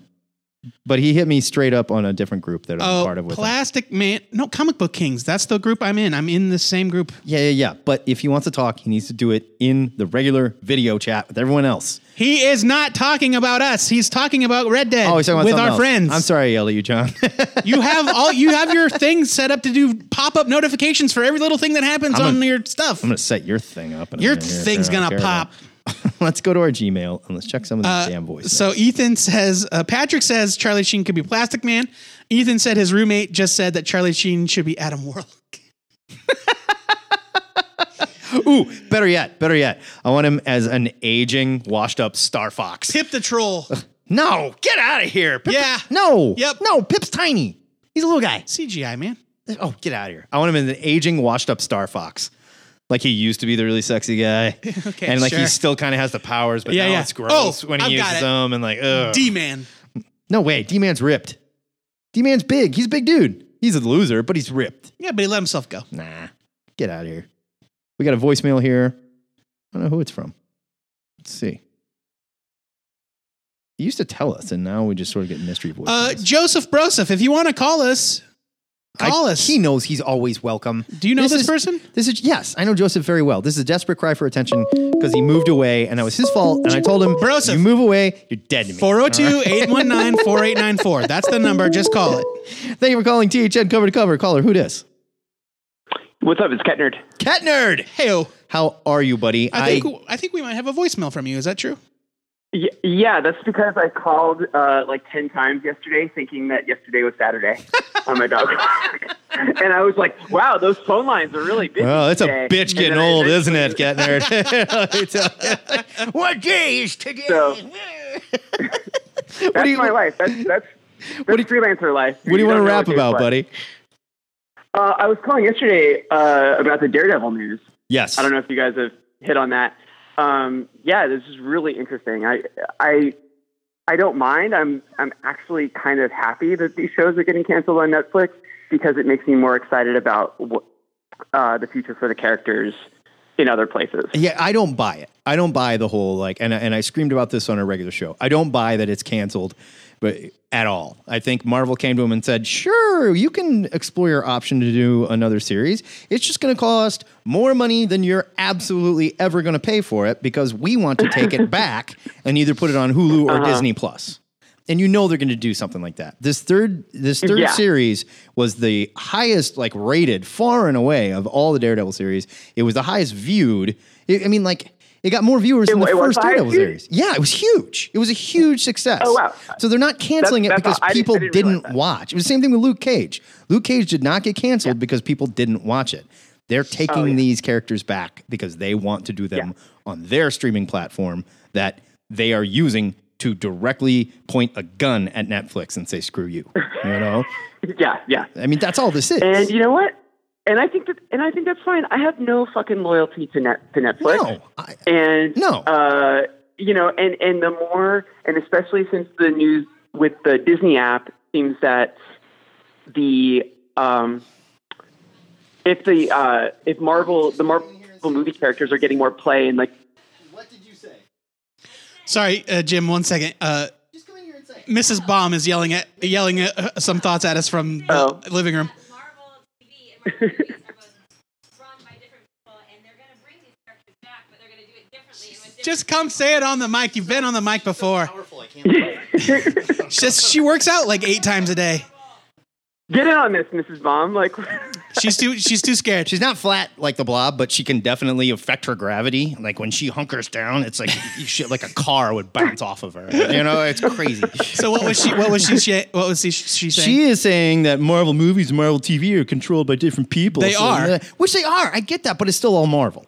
But he hit me straight up on a different group that I'm Oh, part of. With him. Plastic Man. No, Comic Book Kings. That's the group I'm in. I'm in the same group. yeah, yeah, yeah. But if he wants to talk, he needs to do it in the regular video chat with everyone else. He is not talking about us. He's talking about Red Dead Oh, he's talking about with something our else. friends. I'm sorry, I yelled at you, John. You have all you have your thing set up to do pop up notifications for every little thing that happens gonna- on your stuff. I'm gonna set your thing up. in a Your minute here if thing's I don't gonna care about- pop. let's go to our Gmail and let's check some of these damn voices. So Ethan says, uh, Patrick says Charlie Sheen could be Plastic Man. Ethan said his roommate just said that Charlie Sheen should be Adam Warlock. Ooh, better yet, better yet. I want him as an aging, washed up Star Fox. Pip the troll. No, get out of here. Pip- Yeah. No. Yep. Oh. No, Pip's tiny. He's a little guy. CGI man. Oh, get out of here. I want him as an aging, washed up Star Fox. Like he used to be the really sexy guy. Okay, and like he sure. still kind of has the powers, but Yeah, now yeah. it's gross Oh, when he I've got uses it. them and like, ugh. D man. no way. D Man's ripped. D Man's big. He's a big dude. He's a loser, but he's ripped. Yeah, but he let himself go. Nah, get out of here. We got a voicemail here. I don't know who it's from. Let's see. You used to tell us, and now we just sort of get mystery voices. Uh, Joseph Broseph, if you want to call us, call us. He knows he's always welcome. Do you know this is- person? This is yes, I know Joseph very well. This is a desperate cry for attention because he moved away, and that was his fault. And I told him, Broseph. you move away, you're dead to me." 402 819 4894. That's the number. Just call it. Thank you for calling THN cover to cover. Caller, who dis? What's up? It's Cat Nerd. Cat nerd. Hey, How are you, buddy? I think, I think we might have a voicemail from you. Is that true? Y- yeah, that's because I called uh, like 10 times yesterday thinking that yesterday was Saturday on my dog. and I was like, wow, those phone lines are really busy. Well, it's a today. bitch And getting then I old, eventually- isn't it, Cat Nerd? what day is today? So- what do That's you, my life. That's, that's, that's do you- freelancer life. What do you want to don't know rap what day about, it's like. buddy? Uh, I was calling yesterday uh, about the Daredevil news. Yes. I don't know if you guys have hit on that. Um, yeah, this is really interesting. I, I, I don't mind. I'm, I'm actually kind of happy that these shows are getting canceled on Netflix because it makes me more excited about what, uh, the future for the characters in other places. Yeah, I don't buy it. I don't buy the whole like, and I- and I screamed about this on a regular show. I don't buy that it's canceled, but at all. I think Marvel came to him and said, "Sure, you can explore your option to do another series. It's just going to cost more money than you're absolutely ever going to pay for it because we want to take it back and either put it on Hulu or Disney Plus." and you know they're going to do something like that. This third this third Yeah. series was the highest like rated far and away of all the Daredevil series. It was the highest viewed. I I mean, like it got more viewers than the it was first the highest Daredevil viewed? series. Yeah, it was huge. It was a huge success. Oh, wow. So they're not canceling That's- it because that's all- I didn't- I people didn't didn't, realize that. watch. It was the same thing with Luke Cage. Luke Cage did not get canceled because people didn't watch it. They're taking these characters back because they want to do them on their streaming platform that they are using to directly point a gun at Netflix and say "screw you." You know, Yeah, yeah. I mean, that's all this is. And you know what? And I think that, and I think that's fine. I have no fucking loyalty to net to Netflix. no, I, And No. uh, you know, and and the more, and especially since the news with the Disney app seems that the um, if the uh, if Marvel the Marvel movie characters are getting more play and like Sorry, uh, Jim. One second. Uh, Mrs. Baum is yelling at yelling at, uh, some thoughts at us from the Oh. living room. Marvel TV and Marvel movies are both run by different people, and they're going to bring these characters back, but they're going to do it differently. And with different Just come say it on the mic. You've been on the mic before. Just she works out like eight times a day. get in on this, Mrs. Baum. Like She's too she's too scared. she's not flat like the Blob, but she can definitely affect her gravity. Like when she hunkers down, it's like shit, like a car would bounce off of her. You know, it's crazy. So what was she? What was she? sha- What was she? She saying? She is saying that Marvel movies, and Marvel TV are controlled by different people. They are. which they are. I get that, but it's still all Marvel.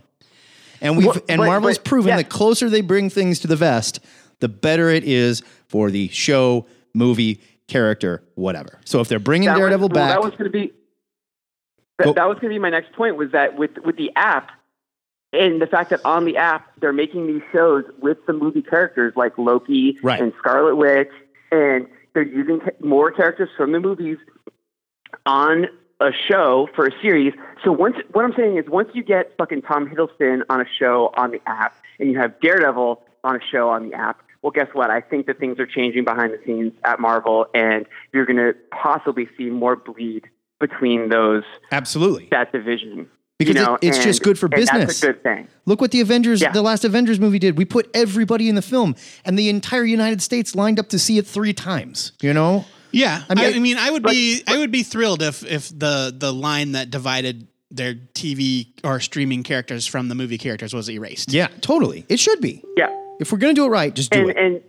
And we've What- and but- Marvel's but- proven yeah. the closer they bring things to the vest, the better it is for the show, movie, character, whatever. So if they're bringing that Daredevil was, well, back, that was going to be that, Go- that was going to be my next point was that with with the app and the fact that on the app they're making these shows with the movie characters like Loki Right. and Scarlet Witch, and they're using ca- more characters from the movies on a show for a series. So once what I'm saying is once you get fucking Tom Hiddleston on a show on the app and you have Daredevil on a show on the app, well guess what? I think that things are changing behind the scenes at Marvel and you're gonna possibly see more bleed between those absolutely. that division. Because you know, it- it's and- just good for and business. That's a good thing. Look what the Avengers, Yeah. the last Avengers movie did. We put everybody in the film, and the entire United States lined up to see it three times. You know, yeah. I I mean- mean, I, mean, I would be I would be thrilled if if the the line that divided their TV or streaming characters from the movie characters was erased. yeah, totally. It should be. Yeah. If we're gonna do it right, just do and, it. and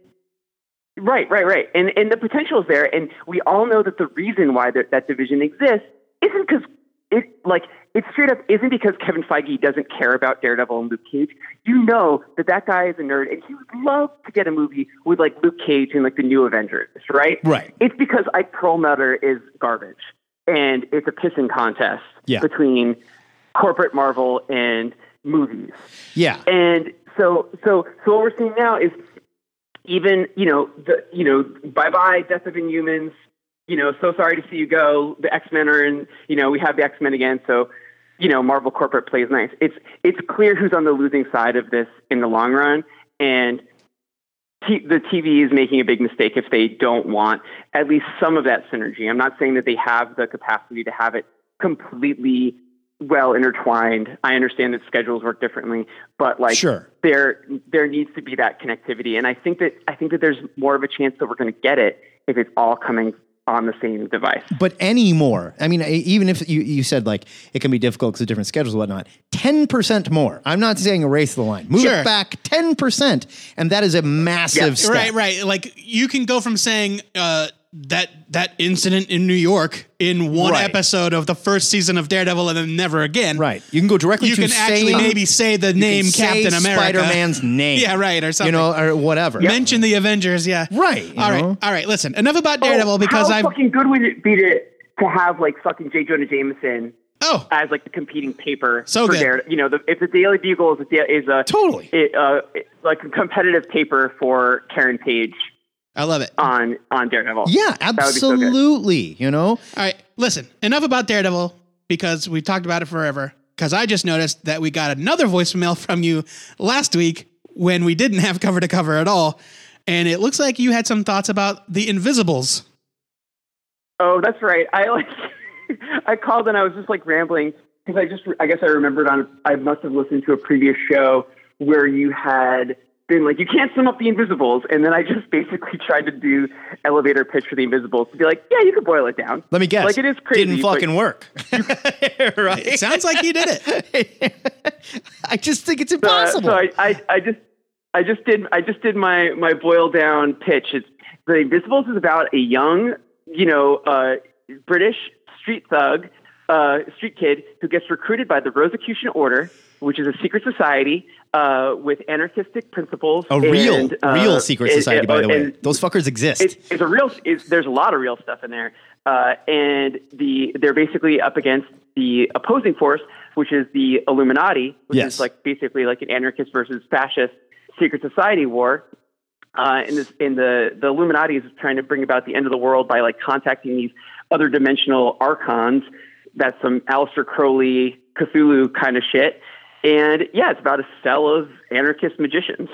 right, right, right. And and the potential is there, and we all know that the reason why that, that division exists isn't because it like it straight up isn't because Kevin Feige doesn't care about Daredevil and Luke Cage. You know that that guy is a nerd, and he would love to get a movie with like Luke Cage and like the New Avengers, right? Right. It's because Ike Perlmutter is garbage, and it's a pissing contest Yeah. between corporate Marvel and movies. yeah, And so, so, so what we're seeing now is even, you know, the, you know, bye bye, death of inhumans, you know, so sorry to see you go. The X Men are in, you know, we have the X Men again. So, you know, Marvel corporate plays nice. It's, it's clear who's on the losing side of this in the long run. And t- the TV is making a big mistake if they don't want at least some of that synergy. I'm not saying that they have the capacity to have it completely well intertwined. I understand that schedules work differently, but like Sure. there there needs to be that connectivity. And I think that I think that there's more of a chance that we're going to get it if it's all coming on the same device. but any more. I mean, I- even if you, you said like it can be difficult because of different schedules and whatnot, 10% more. I'm not saying erase the line. Move Sure. it back 10%. And that is a massive step. Right, right. Like you can go from saying uh, that that incident in New York in one Right. episode of the first season of Daredevil and then never again. Right. You can go directly You to can actually saying- maybe say the you can name say Captain America. Spider-Man's name. Yeah, right, or something. You know, or whatever. Mention the Avengers, yeah. Right, you All right. know. All right. Listen, enough about Daredevil because Oh, how I've fucking good would it be to to have like fucking J Jonah Jameson Oh, as like the competing paper So for good. Dare, you know, the, if the Daily Bugle is a, da- is a Totally. it, uh, it- like a competitive paper for Karen Page I love it. on on Daredevil. Yeah, Oh, That would be so good. absolutely. you know, All right, listen, enough about Daredevil because we've talked about it forever. Because I just noticed that we got another voicemail from you last week when we didn't have cover to cover at all. And it looks like you had some thoughts about the Invisibles. Oh, that's right. I like I called and I was just like rambling because I just I guess I remembered on I must have listened to a previous show where you had been like, you can't sum up the Invisibles, and then I just basically tried to do elevator pitch for the Invisibles to be like, yeah, you could boil it down. Let me guess. Like it is crazy. Didn't but- fucking work. right? It sounds like you did it. I just think it's So, uh, impossible. So I, I, I just I just did I just did my my boil down pitch. It's the Invisibles is about a young you know uh, British street thug uh, street kid who gets recruited by the Rosicrucian Order, which is a secret society uh, with anarchistic principles. a real, and, uh, real secret and- society, and- by the way. and- Those fuckers exist. it's, it's a real. It's, there's a lot of real stuff in there, uh, and the they're basically up against the opposing force, which is the Illuminati, which Yes. is like basically like an anarchist versus fascist secret society war. Uh, and, this, and the the Illuminati is trying to bring about the end of the world by like contacting these other dimensional archons. That's some Aleister Crowley, Cthulhu kind of shit. And yeah, it's about a cell of anarchist magicians.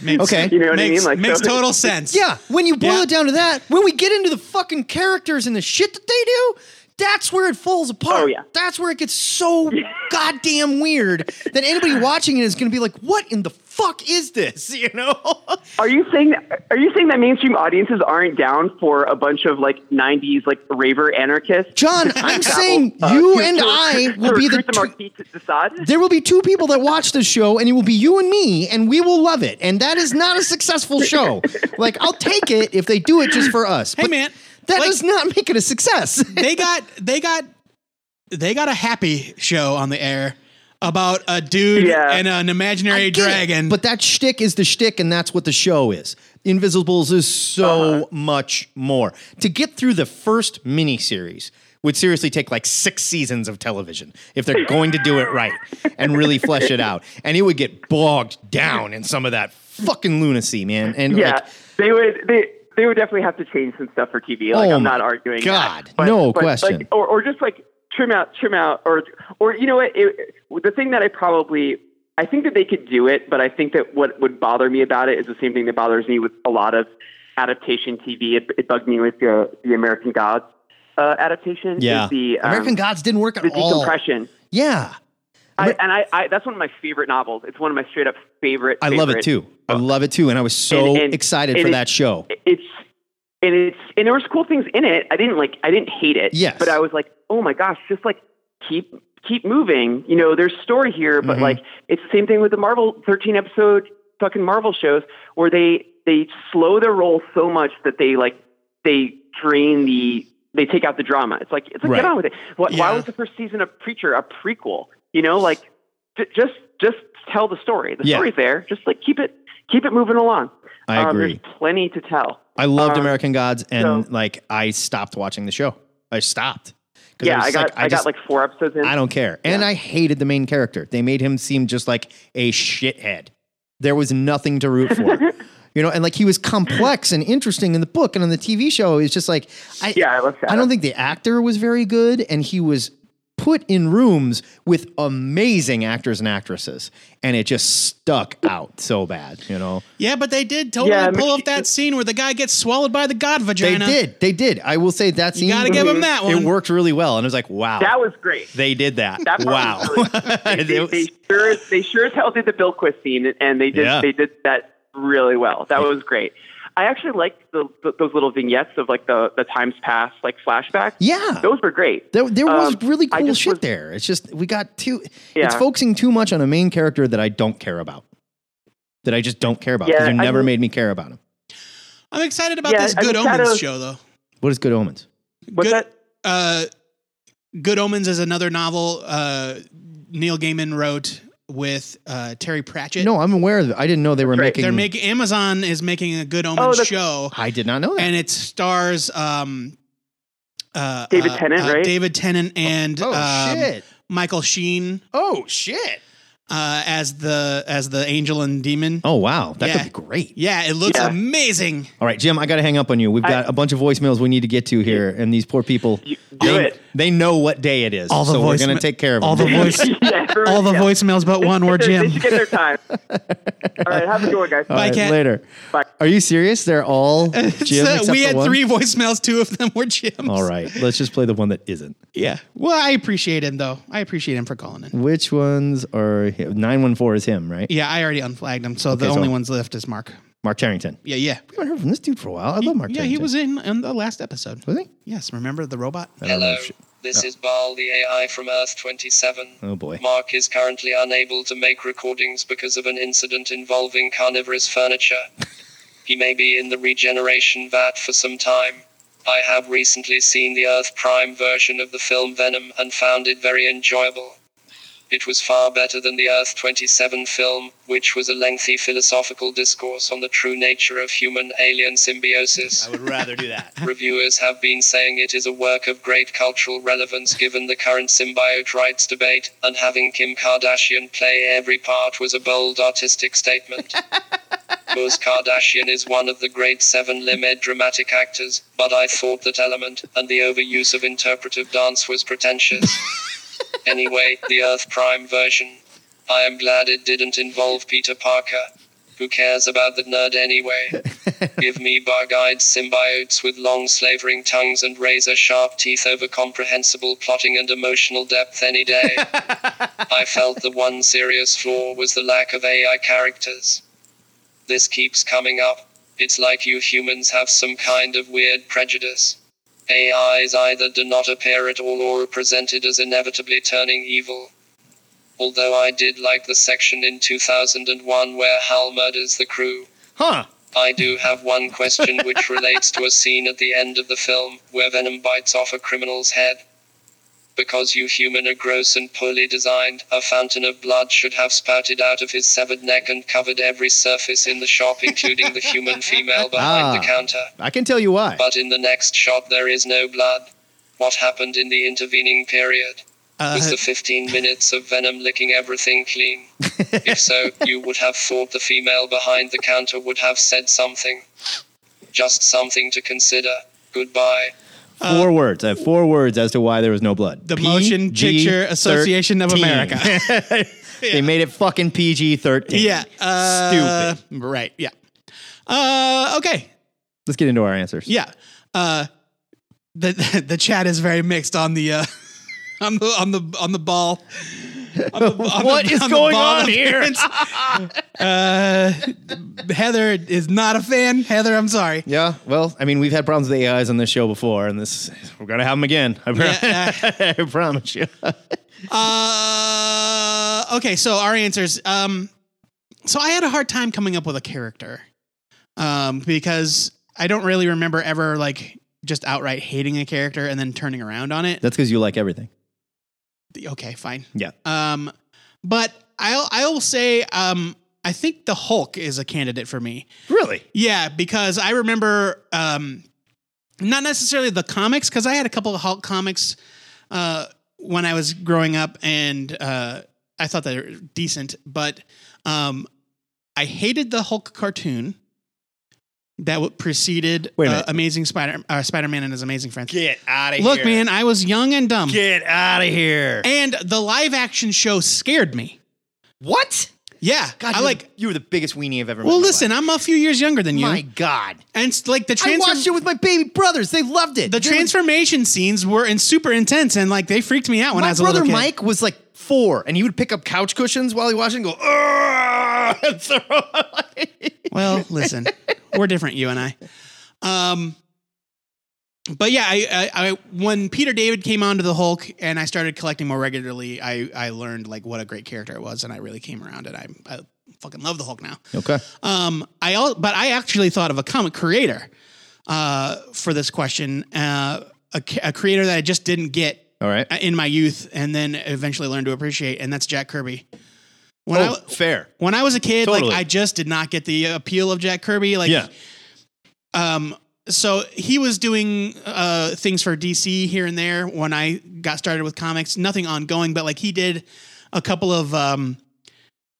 Makes, Okay. You know what I makes, mean? Like, makes so- total sense. yeah, when you boil Yeah. it down to that, when we get into the fucking characters and the shit that they do, that's where it falls apart. Oh, yeah. That's where it gets so goddamn weird that anybody watching it is going to be like, what in the fuck is this? You know? Are you saying are you saying that mainstream audiences aren't down for a bunch of like '90s like raver anarchists? John, I'm saying uh, you and I will be the two, two- there will be two people that watch this show, and it will be you and me, and we will love it. And that is not a successful show. Like, I'll take it if they do it just for us. Hey, man, that like- does not make it a success. they got they got they got a happy show on the air about a dude Yeah. and an imaginary get it, dragon. But that shtick is the shtick, and that's what the show is. Invisibles is so Uh-huh. much more. To get through the first miniseries would seriously take like six seasons of television if they're going to do it right and really flesh it out. And it would get bogged down in some of that fucking lunacy, man. And Yeah, like, they would they they would definitely have to change some stuff for TV. Like Oh I'm not my arguing. that. God, But- no but, question. Like, or or just like trim out, trim out, or or you know what? It, the thing that I probably I think that they could do it, but I think that what would bother me about it is the same thing that bothers me with a lot of adaptation TV. It, it bugged me with the the American Gods uh, adaptation. is yeah, the um, American Gods didn't work at the all. decompression. Yeah, I, and I, I that's one of my favorite novels. It's one of my straight up favorite. I love it favorite too. I love it too, and I was so And- and- excited and for it- that show. it's and it's and there was cool things in it. I didn't like I didn't hate it. Yes. But I was like, oh my gosh, just like keep keep moving. You know, there's story here, Mm-hmm. but like it's the same thing with the Marvel 13 episode fucking Marvel shows where they they slow their roll so much that they like they drain the they take out the drama. It's like it's like Right. get on with it. Why, Yeah. why was the first season of Preacher a prequel? You know, like j- just just tell the story. The Yeah. story's there. Just like keep it keep it moving along. I Um, agree. there's plenty to tell. I loved Um, American Gods, and so- like I stopped watching the show. I stopped. 'Cause Yeah, was I just got I, just- got like four episodes in. I don't care, and Yeah. I hated the main character. They made him seem just like a shithead. There was nothing to root for, you know. And like he was complex and interesting in the book and on the TV show. It's just like I Yeah, I love that. I don't think the actor was very good, and he was put in rooms with amazing actors and actresses, and it just stuck out so bad, you know. yeah, but they did totally Yeah, pull Mickey- off that scene where the guy gets swallowed by the god They vagina. did, they did. I will say that scene. gotta give 'em that It one. worked really well, and it was like, wow, that was great. they did that. That part wow, was They, It they, was- they sure they sure as hell did the Bill Quist scene, and they did Yeah. they did that really well. That was great. I actually liked the, th those little vignettes of like the the times past like flashbacks. Yeah. those were great. There, there was Um, really I cool just shit was- there. It's just we got too. Yeah. It's focusing too much on a main character that I don't care about. That I just don't care about because Yeah, it I never mean- made me care about him. I'm excited about Yeah, this I Good mean, Shadow- Omens show though. What is Good Omens? What's Good, that? Uh, Good Omens is another novel uh, Neil Gaiman wrote with uh, Terry Pratchett. No, I'm aware of it. I didn't know they were That's right. making. they're making Amazon is making a Good Oh, Omens that's- show, I did not know that. and it stars um, uh, David uh, Tennant, uh, right? David Tennant and oh um, shit! Michael Sheen Oh shit! uh, as the as the angel and demon. Oh wow, that Yeah. could be great. Yeah, it looks Yeah. amazing. All right, Jim, I got to hang up on you. We've got a bunch of voicemails we need to get to here, and these poor people. do they, it. They know what day it is, All the so we're voicema- going to take care of All the them. voice, yeah, everyone- all the yeah. voicemails but one were They- They Jim. should get their time. All right, have a good one, guys. All Bye, right, Kat. later. Bye. Are you serious? They're all Jim. So except we for had one? three voicemails. Two of them were Jim's. All right, let's just play the one that isn't. Yeah. Well, I appreciate him though. I appreciate him for calling in. Which ones are Nine one four is him, right? Yeah, I already unflagged him, so the Okay, so- only ones left is Mark. Mark Tarrington. Yeah, yeah. We haven't heard from this dude for a while. I love Mark. Yeah, he was in, in the last episode. Was he? Yes, remember the robot? Hello. This is Baal the AI from Earth 27. Oh, boy. Mark is currently unable to make recordings because of an incident involving carnivorous furniture. he may be in the regeneration vat for some time. I have recently seen the Earth Prime version of the film Venom and found it very enjoyable. It was far better than the Earth 27 film, which was a lengthy philosophical discourse on the true nature of human alien symbiosis. I would rather do that. Reviewers have been saying it is a work of great cultural relevance given the current symbiote rights debate, and having Kim Kardashian play every part was a bold artistic statement. Rose Kardashian is one of the great seven limed dramatic actors, but I thought that element and the overuse of interpretive dance was pretentious. anyway, the Earth Prime version. I am glad it didn't involve Peter Parker. Who cares about the nerd anyway? Give me bug eyed symbiotes with long slavering tongues and razor sharp teeth over comprehensible plotting and emotional depth any day. I felt the one serious flaw was the lack of AI characters. This keeps coming up. It's like you humans have some kind of weird prejudice. AIs either do not appear at all or are presented as inevitably turning evil. Although I did like the section in 2001 where Hal murders the crew. Huh. I do have one question which relates to a scene at the end of the film where Venom bites off a criminal's head. Because you human are gross and poorly designed, a fountain of blood should have spouted out of his severed neck and covered every surface in the shop, including the human female behind Ah. the counter. I can tell you why. But in the next shot, there is no blood. What happened in the intervening period? was Uh, the 15 minutes of Venom licking everything clean? if so, you would have thought the female behind the counter would have said something. Just something to consider. Goodbye. Four words. I have four words as to why there was no blood. uh, The Motion Picture Association of America. they made it fucking PG thirteen. Yeah. Uh, Stupid. Right. Yeah. Uh, okay. Let's get into our answers. Yeah. Uh, the the chat is very mixed on the uh, on the on the on the ball. What is going on here? uh, Heather is not a fan. Heather, I'm sorry. Yeah. Well, I mean, we've had problems with AIs on this show before, and this we're gonna have them again. I, pro- I promise you. Uh, okay, so our answers. Um, so I had a hard time coming up with a character, um, because I don't really remember ever like just outright hating a character and then turning around on it. That's because you like everything. Okay, fine. Yeah. Um, but I'll I will say um I think the Hulk is a candidate for me. Really? Yeah, because I remember um not necessarily the comics because I had a couple of Hulk comics uh when I was growing up and uh I thought they were decent, but um I hated the Hulk cartoon that w- preceded Wait a uh, minute. Amazing Spider uh, Spider Man and His Amazing Friends. Get out Look, man, I was young and dumb. Get out of here. And the live action show scared me. What? Yeah. God, I you're- like you were the biggest weenie I've ever. met Well, in my listen, life. I'm a few years younger than you. My God. And it's like the I transform- watched it with my baby brothers. They loved it. the They were- transformation scenes were in super intense and like they freaked me out when my I was a brother little kid. Mike was like four, and he would pick up couch cushions while he watched it and go, "Ugh," and throw it away. Well, listen, we're different, you and I. Um, but yeah, I, I, I when Peter David came onto the Hulk and I started collecting more regularly, I I learned like what a great character it was, and I really came around, and I I fucking love the Hulk now. Okay. Um, I all, but I actually thought of a comic creator uh, for this question, uh, a, ca- a creator that I just didn't get uh, All right. in my youth, and then eventually learned to appreciate, and that's Jack Kirby. When oh, I fair. when I was a kid, Totally. like I just did not get the appeal of Jack Kirby. Like, yeah. um, so he was doing uh things for DC here and there when I got started with comics. Nothing ongoing, but like he did a couple of um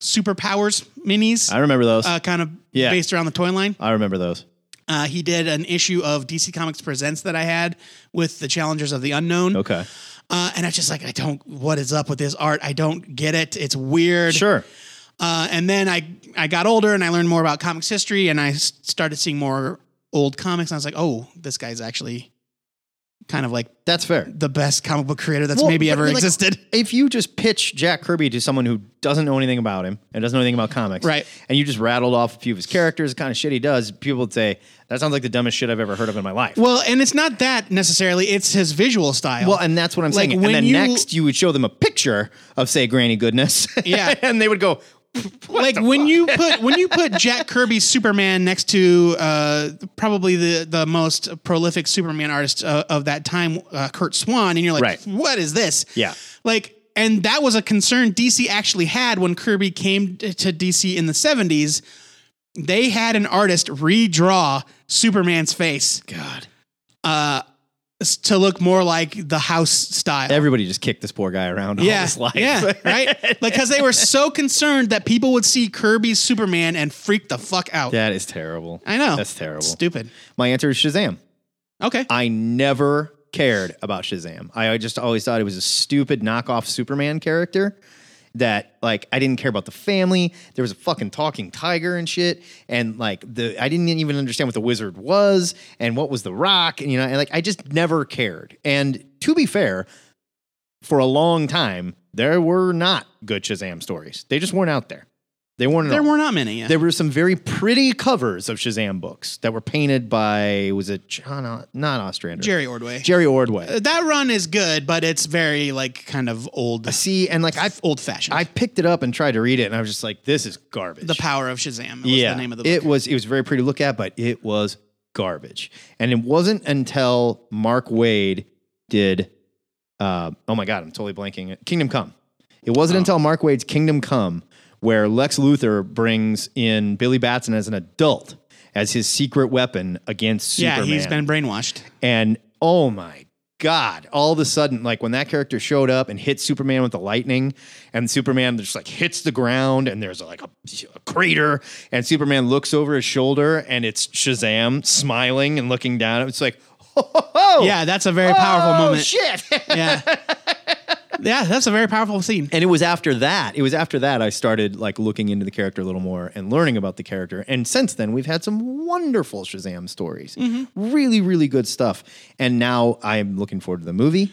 superpowers minis, I remember those. uh, kind of Yeah. based around the toy line. I remember those. Uh, he did an issue of DC Comics Presents that I had with the Challengers of the Unknown. Okay. Uh, and I just like, I don't, what is up with this art? I don't get it. It's weird. Sure. Uh, and then I, I got older and I learned more about comics history and I s- started seeing more old comics. And I was like, oh, this guy's actually kind of like that's fair. The best comic book creator that's Well, maybe but, ever like, existed. If you just pitch Jack Kirby to someone who doesn't know anything about him and doesn't know anything about comics, Right. And you just rattled off a few of his characters, the kind of shit he does, people would say that sounds like the dumbest shit I've ever heard of in my life. Well, and it's not that necessarily. It's his visual style. Well, and that's what I'm Like, saying. when and then you- next, you would show them a picture of, say, Granny Goodness. Yeah. and they would go, like when you put when you put Jack Kirby's Superman next to uh, probably the the most prolific Superman artist uh, of that time, uh, Kurt Swan, and you're like, Right. what is this? yeah. Like, and that was a concern DC actually had when Kirby came t- to DC in the 70s. They had an artist redraw Superman's face. God. Uh, s- to look more like the house style. Everybody just kicked this poor guy around all yeah, his life. yeah, right. Like, because they were so concerned that people would see Kirby's Superman and freak the fuck out. that is terrible. I know. That's terrible. Stupid. My answer is Shazam. Okay. I never cared about Shazam. I just always thought it was a stupid knockoff Superman character that like I didn't care about the family. There was a fucking talking tiger and shit and like the I didn't even understand what the wizard was and what was the rock and you know and like I just never cared. And to be fair, for a long time there were not good Shazam stories. They just weren't out there. They weren't at There all. were not many. Yeah. There were some very pretty covers of Shazam books that were painted by was it John O- not Ostrander Jerry Ordway. Jerry Ordway. Uh, that run is good, but it's very like kind of old, See, and like I old fashioned. I picked it up and tried to read it, and I was just like, this is garbage. the power of Shazam. Was the name of the book. it was it was very pretty to look at, but it was garbage. And it wasn't until Mark Wade did. Uh, oh my god, I'm totally blanking. Kingdom Come. It Oh. wasn't until Mark Wade's Kingdom Come where Lex Luthor brings in Billy Batson as an adult as his secret weapon against yeah, Superman. he's been brainwashed. And oh my God, all of a sudden, like when that character showed up and hit Superman with the lightning, and Superman just like hits the ground, and there's like a, a crater, and Superman looks over his shoulder, and it's Shazam smiling and looking down. It's like, oh, yeah, that's a very powerful moment. shit. Yeah. yeah, that's a very powerful scene. and it was after that, it was after that I started like looking into the character a little more and learning about the character. And since then, we've had some wonderful Shazam stories, Mm-hmm. really, really good stuff. And now I'm looking forward to the movie.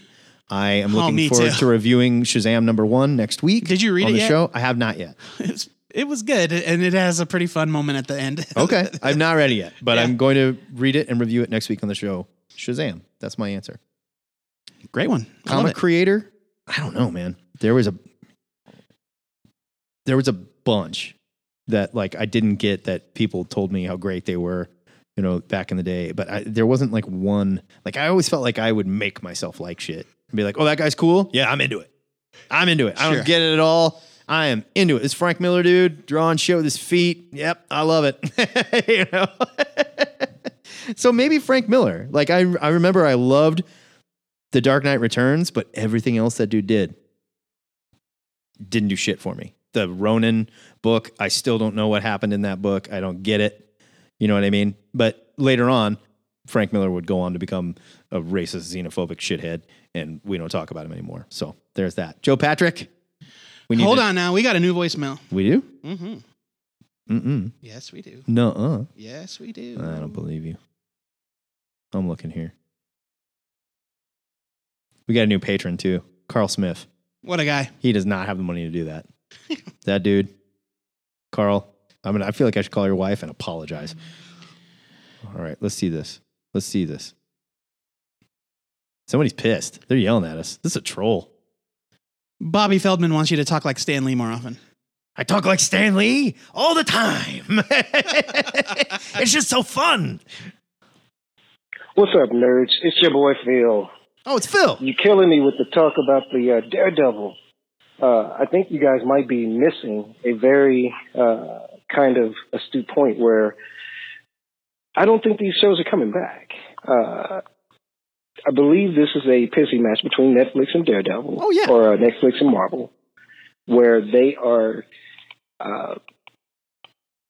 I am Oh, looking me forward too. to reviewing Shazam number one next week. Did you read on it the yet? show? I have not yet. It's, it was good, and it has a pretty fun moment at the end. Okay, I'm not ready yet, but Yeah. I'm going to read it and review it next week on the show. Shazam. That's my answer. Great one. I love comic it. creator i don't know man there was a there was a bunch that like i didn't get that people told me how great they were you know back in the day but I, there wasn't like one like i always felt like i would make myself like shit and be like oh that guy's cool yeah i'm into it i'm into it i Sure. don't get it at all i am into it this frank miller dude drawing shit with his feet yep i love it you know so maybe frank miller like i i remember i loved the Dark Knight Returns, but everything else that dude did didn't do shit for me. The Ronin book, I still don't know what happened in that book. I don't get it. You know what I mean? But later on, Frank Miller would go on to become a racist, xenophobic shithead, and we don't talk about him anymore. So there's that. Joe Patrick, we need Hold to- on now. We got a new voicemail. We do? Mm-hmm. Mm-mm. Yes, we do. No, uh. Yes, we do. Hmm. I don't believe you. I'm looking here. We got a new patron too, Carl Smith. What a guy. He does not have the money to do that. that dude, Carl. I mean, I feel like I should call your wife and apologize. All right, let's see this. Let's see this. Somebody's pissed. They're yelling at us. This is a troll. Bobby Feldman wants you to talk like Stan Lee more often. I talk like Stan Lee all the time. it's just so fun. What's up, nerds? It's your boy Phil. Oh, it's Phil. You're killing me with the talk about the uh, Daredevil. Uh, I think you guys might be missing a very uh, kind of astute point where I don't think these shows are coming back. Uh, I believe this is a pissy match between Netflix and Daredevil, Oh, yeah. or uh, Netflix and Marvel, where they are. Uh,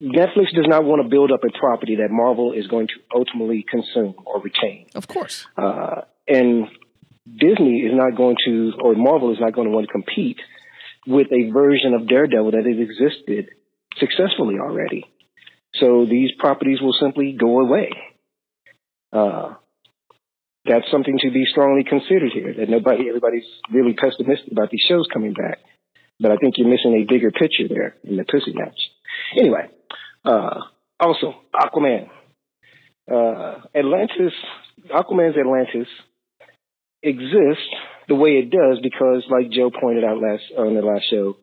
Netflix does not want to build up a property that Marvel is going to ultimately consume or retain. Of course. Uh, and Disney is not going to, or Marvel is not going to want to compete with a version of Daredevil that has existed successfully already. So these properties will simply go away. Uh, that's something to be strongly considered here. That nobody, everybody's really pessimistic about these shows coming back, but I think you're missing a bigger picture there in the pussy match. Anyway, uh, also Aquaman, uh, Atlantis, Aquaman's Atlantis exists the way it does because, like Joe pointed out last on the last show,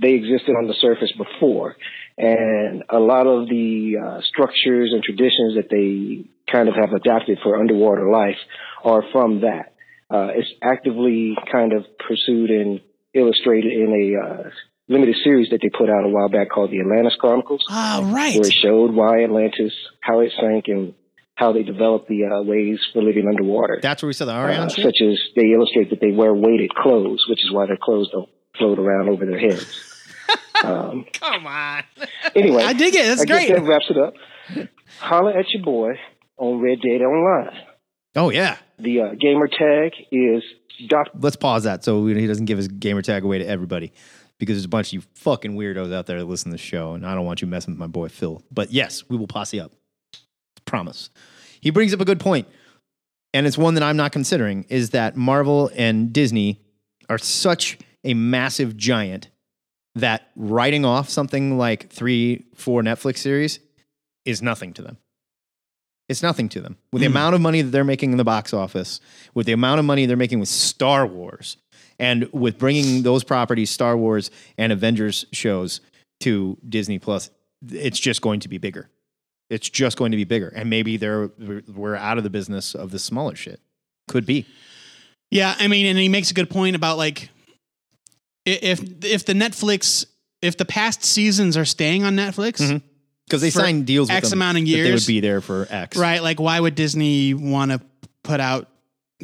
they existed on the surface before, and a lot of the uh, structures and traditions that they kind of have adapted for underwater life are from that. Uh, it's actively kind of pursued and illustrated in a uh, limited series that they put out a while back called the Atlantis Chronicles. Ah, right. Where it showed why Atlantis, how it sank, and how they developed the uh, ways for living underwater. That's where we saw the Arion Uh, ship? such as they illustrate that they wear weighted clothes, which is why their clothes don't float around over their heads. Um, Come on. anyway, I dig it. That's I great. Guess that wraps it up. Holler at your boy on Red Data Online. Oh yeah. The uh, gamer tag is Doc. Let's pause that so we- he doesn't give his gamer tag away to everybody because there's a bunch of you fucking weirdos out there that listen to the show, and I don't want you messing with my boy Phil. But yes, we will posse up. Promise. He brings up a good point, and it's one that I'm not considering: is that Marvel and Disney are such a massive giant that writing off something like three, four Netflix series is nothing to them. It's nothing to them. With the amount of money that they're making in the box office, with the amount of money they're making with Star Wars, and with bringing those properties, Star Wars and Avengers shows to Disney Plus, it's just going to be bigger. It's just going to be bigger. And maybe they're, we're out of the business of the smaller shit. Could be. Yeah, I mean, and he makes a good point about like i- if if the Netflix if the past seasons are staying on Netflix because Mm-hmm. Because they signed deals with X them amount of that years, They would be there for X. right? Like, why would Disney want to put out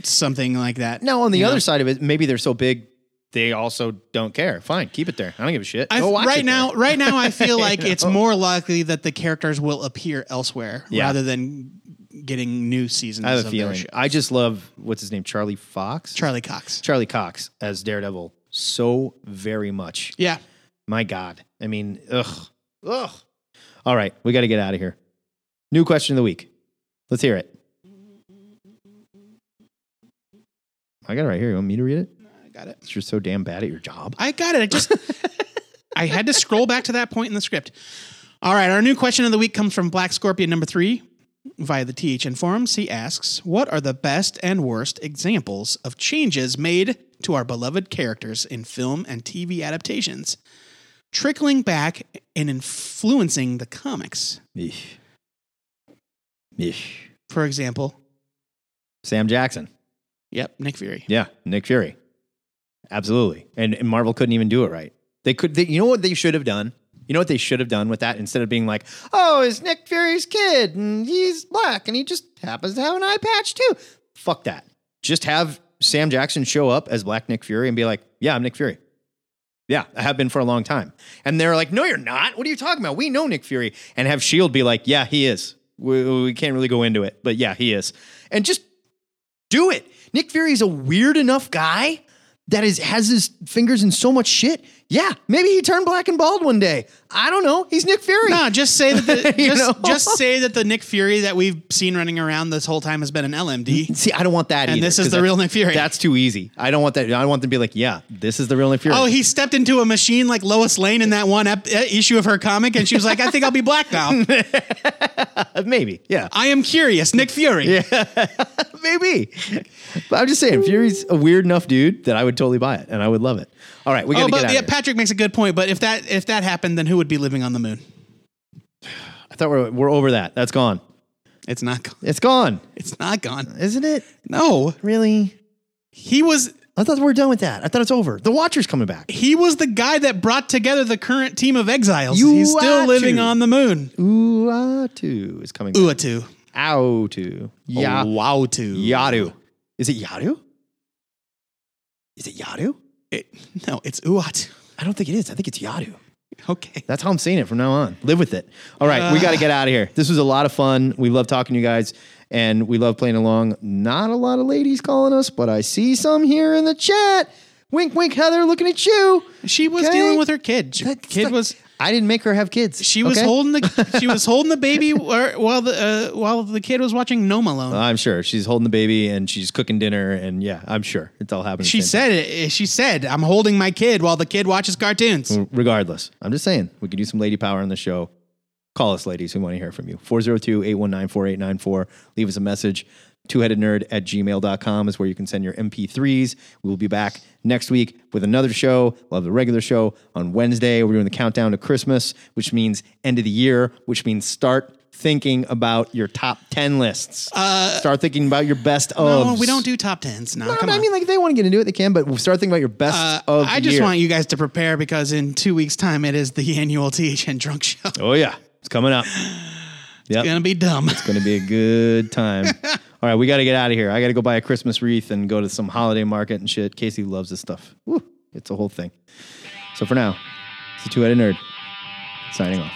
something like that? Now, on the you other know? side of it, maybe they're so big they also don't care. Fine, keep it there. I don't give a shit. I, Go watch right it Oh, now, there. right now, I feel You like it's know? more likely that the characters will appear elsewhere Yeah. rather than getting new seasons. I have of a their feeling. show. I just love what's his name, Charlie Fox. Charlie Cox. Charlie Cox as Daredevil so very much. Yeah. My God. I mean, ugh, ugh. All right, we got to get out of here. New question of the week. Let's hear it. I got it right here. You want me to read it? I got it. You're so damn bad at your job. I got it. I just I had to scroll back to that point in the script. All right, our new question of the week comes from Black Scorpion number three via the THN forums. He asks, "What are the best and worst examples of changes made to our beloved characters in film and TV adaptations, trickling back and influencing the comics? Eesh. Eesh. For example, Sam Jackson. yep, Nick Fury. Yeah, Nick Fury. Absolutely. And, and Marvel couldn't even do it right. They could, they, you know what they should have done? You know what they should have done with that instead of being like, oh, it's Nick Fury's kid and he's black and he just happens to have an eye patch too. Fuck that. Just have Sam Jackson show up as black Nick Fury and be like, yeah, I'm Nick Fury. Yeah, I have been for a long time. And they're like, no, you're not. What are you talking about? We know Nick Fury. And have S.H.I.E.L.D. E be like, yeah, he is. We, we can't really go into it, but yeah, he is. And just do it. Nick Fury is a weird enough guy that is has his fingers in so much shit. Yeah, maybe he turned black and bald one day. I don't know. He's Nick Fury. No, just say that the, You just, know? just say that the Nick Fury that we've seen running around this whole time has been an LMD. See, I don't want that. And either, this is 'cause the that- real Nick Fury. That's too easy. I don't want that. I want them to be like, yeah, this is the real Nick Fury. Oh, he stepped into a machine like Lois Lane in that one ep- uh, issue of her comic, and she was like, "I think I'll be black now. maybe. Yeah, I am curious, Nick Fury." maybe. But I'm just saying, Fury's a weird enough dude that I would totally buy it, and I would love it. All right, we gotta oh, get but out. yeah, of here. Patrick makes a good point. But if that if that happened, then who would be living on the moon? I thought we're, we're over that. That's gone. It's not. gone. It's gone, It's not gone. isn't it? No, Really? he was I thought we we're done with that. I thought it's over. The Watcher's coming back. he was the guy that brought together the current team of exiles. You He's still are living to. on the moon. Uatu is coming. Back. Uatu. Outu. Ya- Wow. To. Yadu. Is it Yadu? Is it Yadu? No, it's Uatu. I don't think it is. I think it's Yadu. Okay. That's how I'm saying it from now on. Live with it. All right, we got to get out of here. This was a lot of fun. We love talking to you guys, and we love playing along. Not a lot of ladies calling us, but I see some here in the chat. Wink, wink, Heather, looking at you. She was Okay. dealing with her kid. She- That's kid like- was I didn't make her have kids. She was okay? holding the she was holding the baby wh- while the uh, while the kid was watching Gnome Alone. I'm sure she's holding the baby and she's cooking dinner and yeah, I'm sure it's all happening. at the She same said it. eh, She said, "I'm holding my kid while the kid watches cartoons." time. Regardless, I'm just saying we could do some lady power on the show. Call us, ladies. We want to hear from you. 402 819 4894. Leave us a message. Two-headednerd at gmail.com is where you can send your MP3s. We will be back next week with another show. We'll have the regular show on Wednesday. We're doing the countdown to Christmas, which means end of the year, which means start thinking about your top 10 lists. start thinking about your best of. Uh, No, we don't do top tens. No, Oh, No, come no, I on. Uh, mean, like, if they want to get into it, they can, but start thinking about your best of I the just year. want you guys to prepare because in two weeks' time it is the annual THN Drunk Show. Oh yeah, it's coming up. Yep. It's gonna be dumb. It's gonna be a good time. All right, we got to get out of here. I got to go buy a Christmas wreath and go to some holiday market and shit. Casey loves this stuff. Woo, it's a whole thing. So for now, it's the two-headed nerd signing off.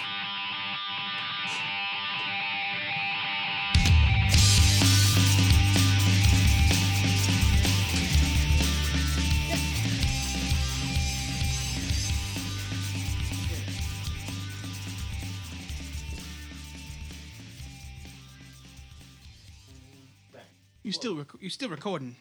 You still rec- you still recording?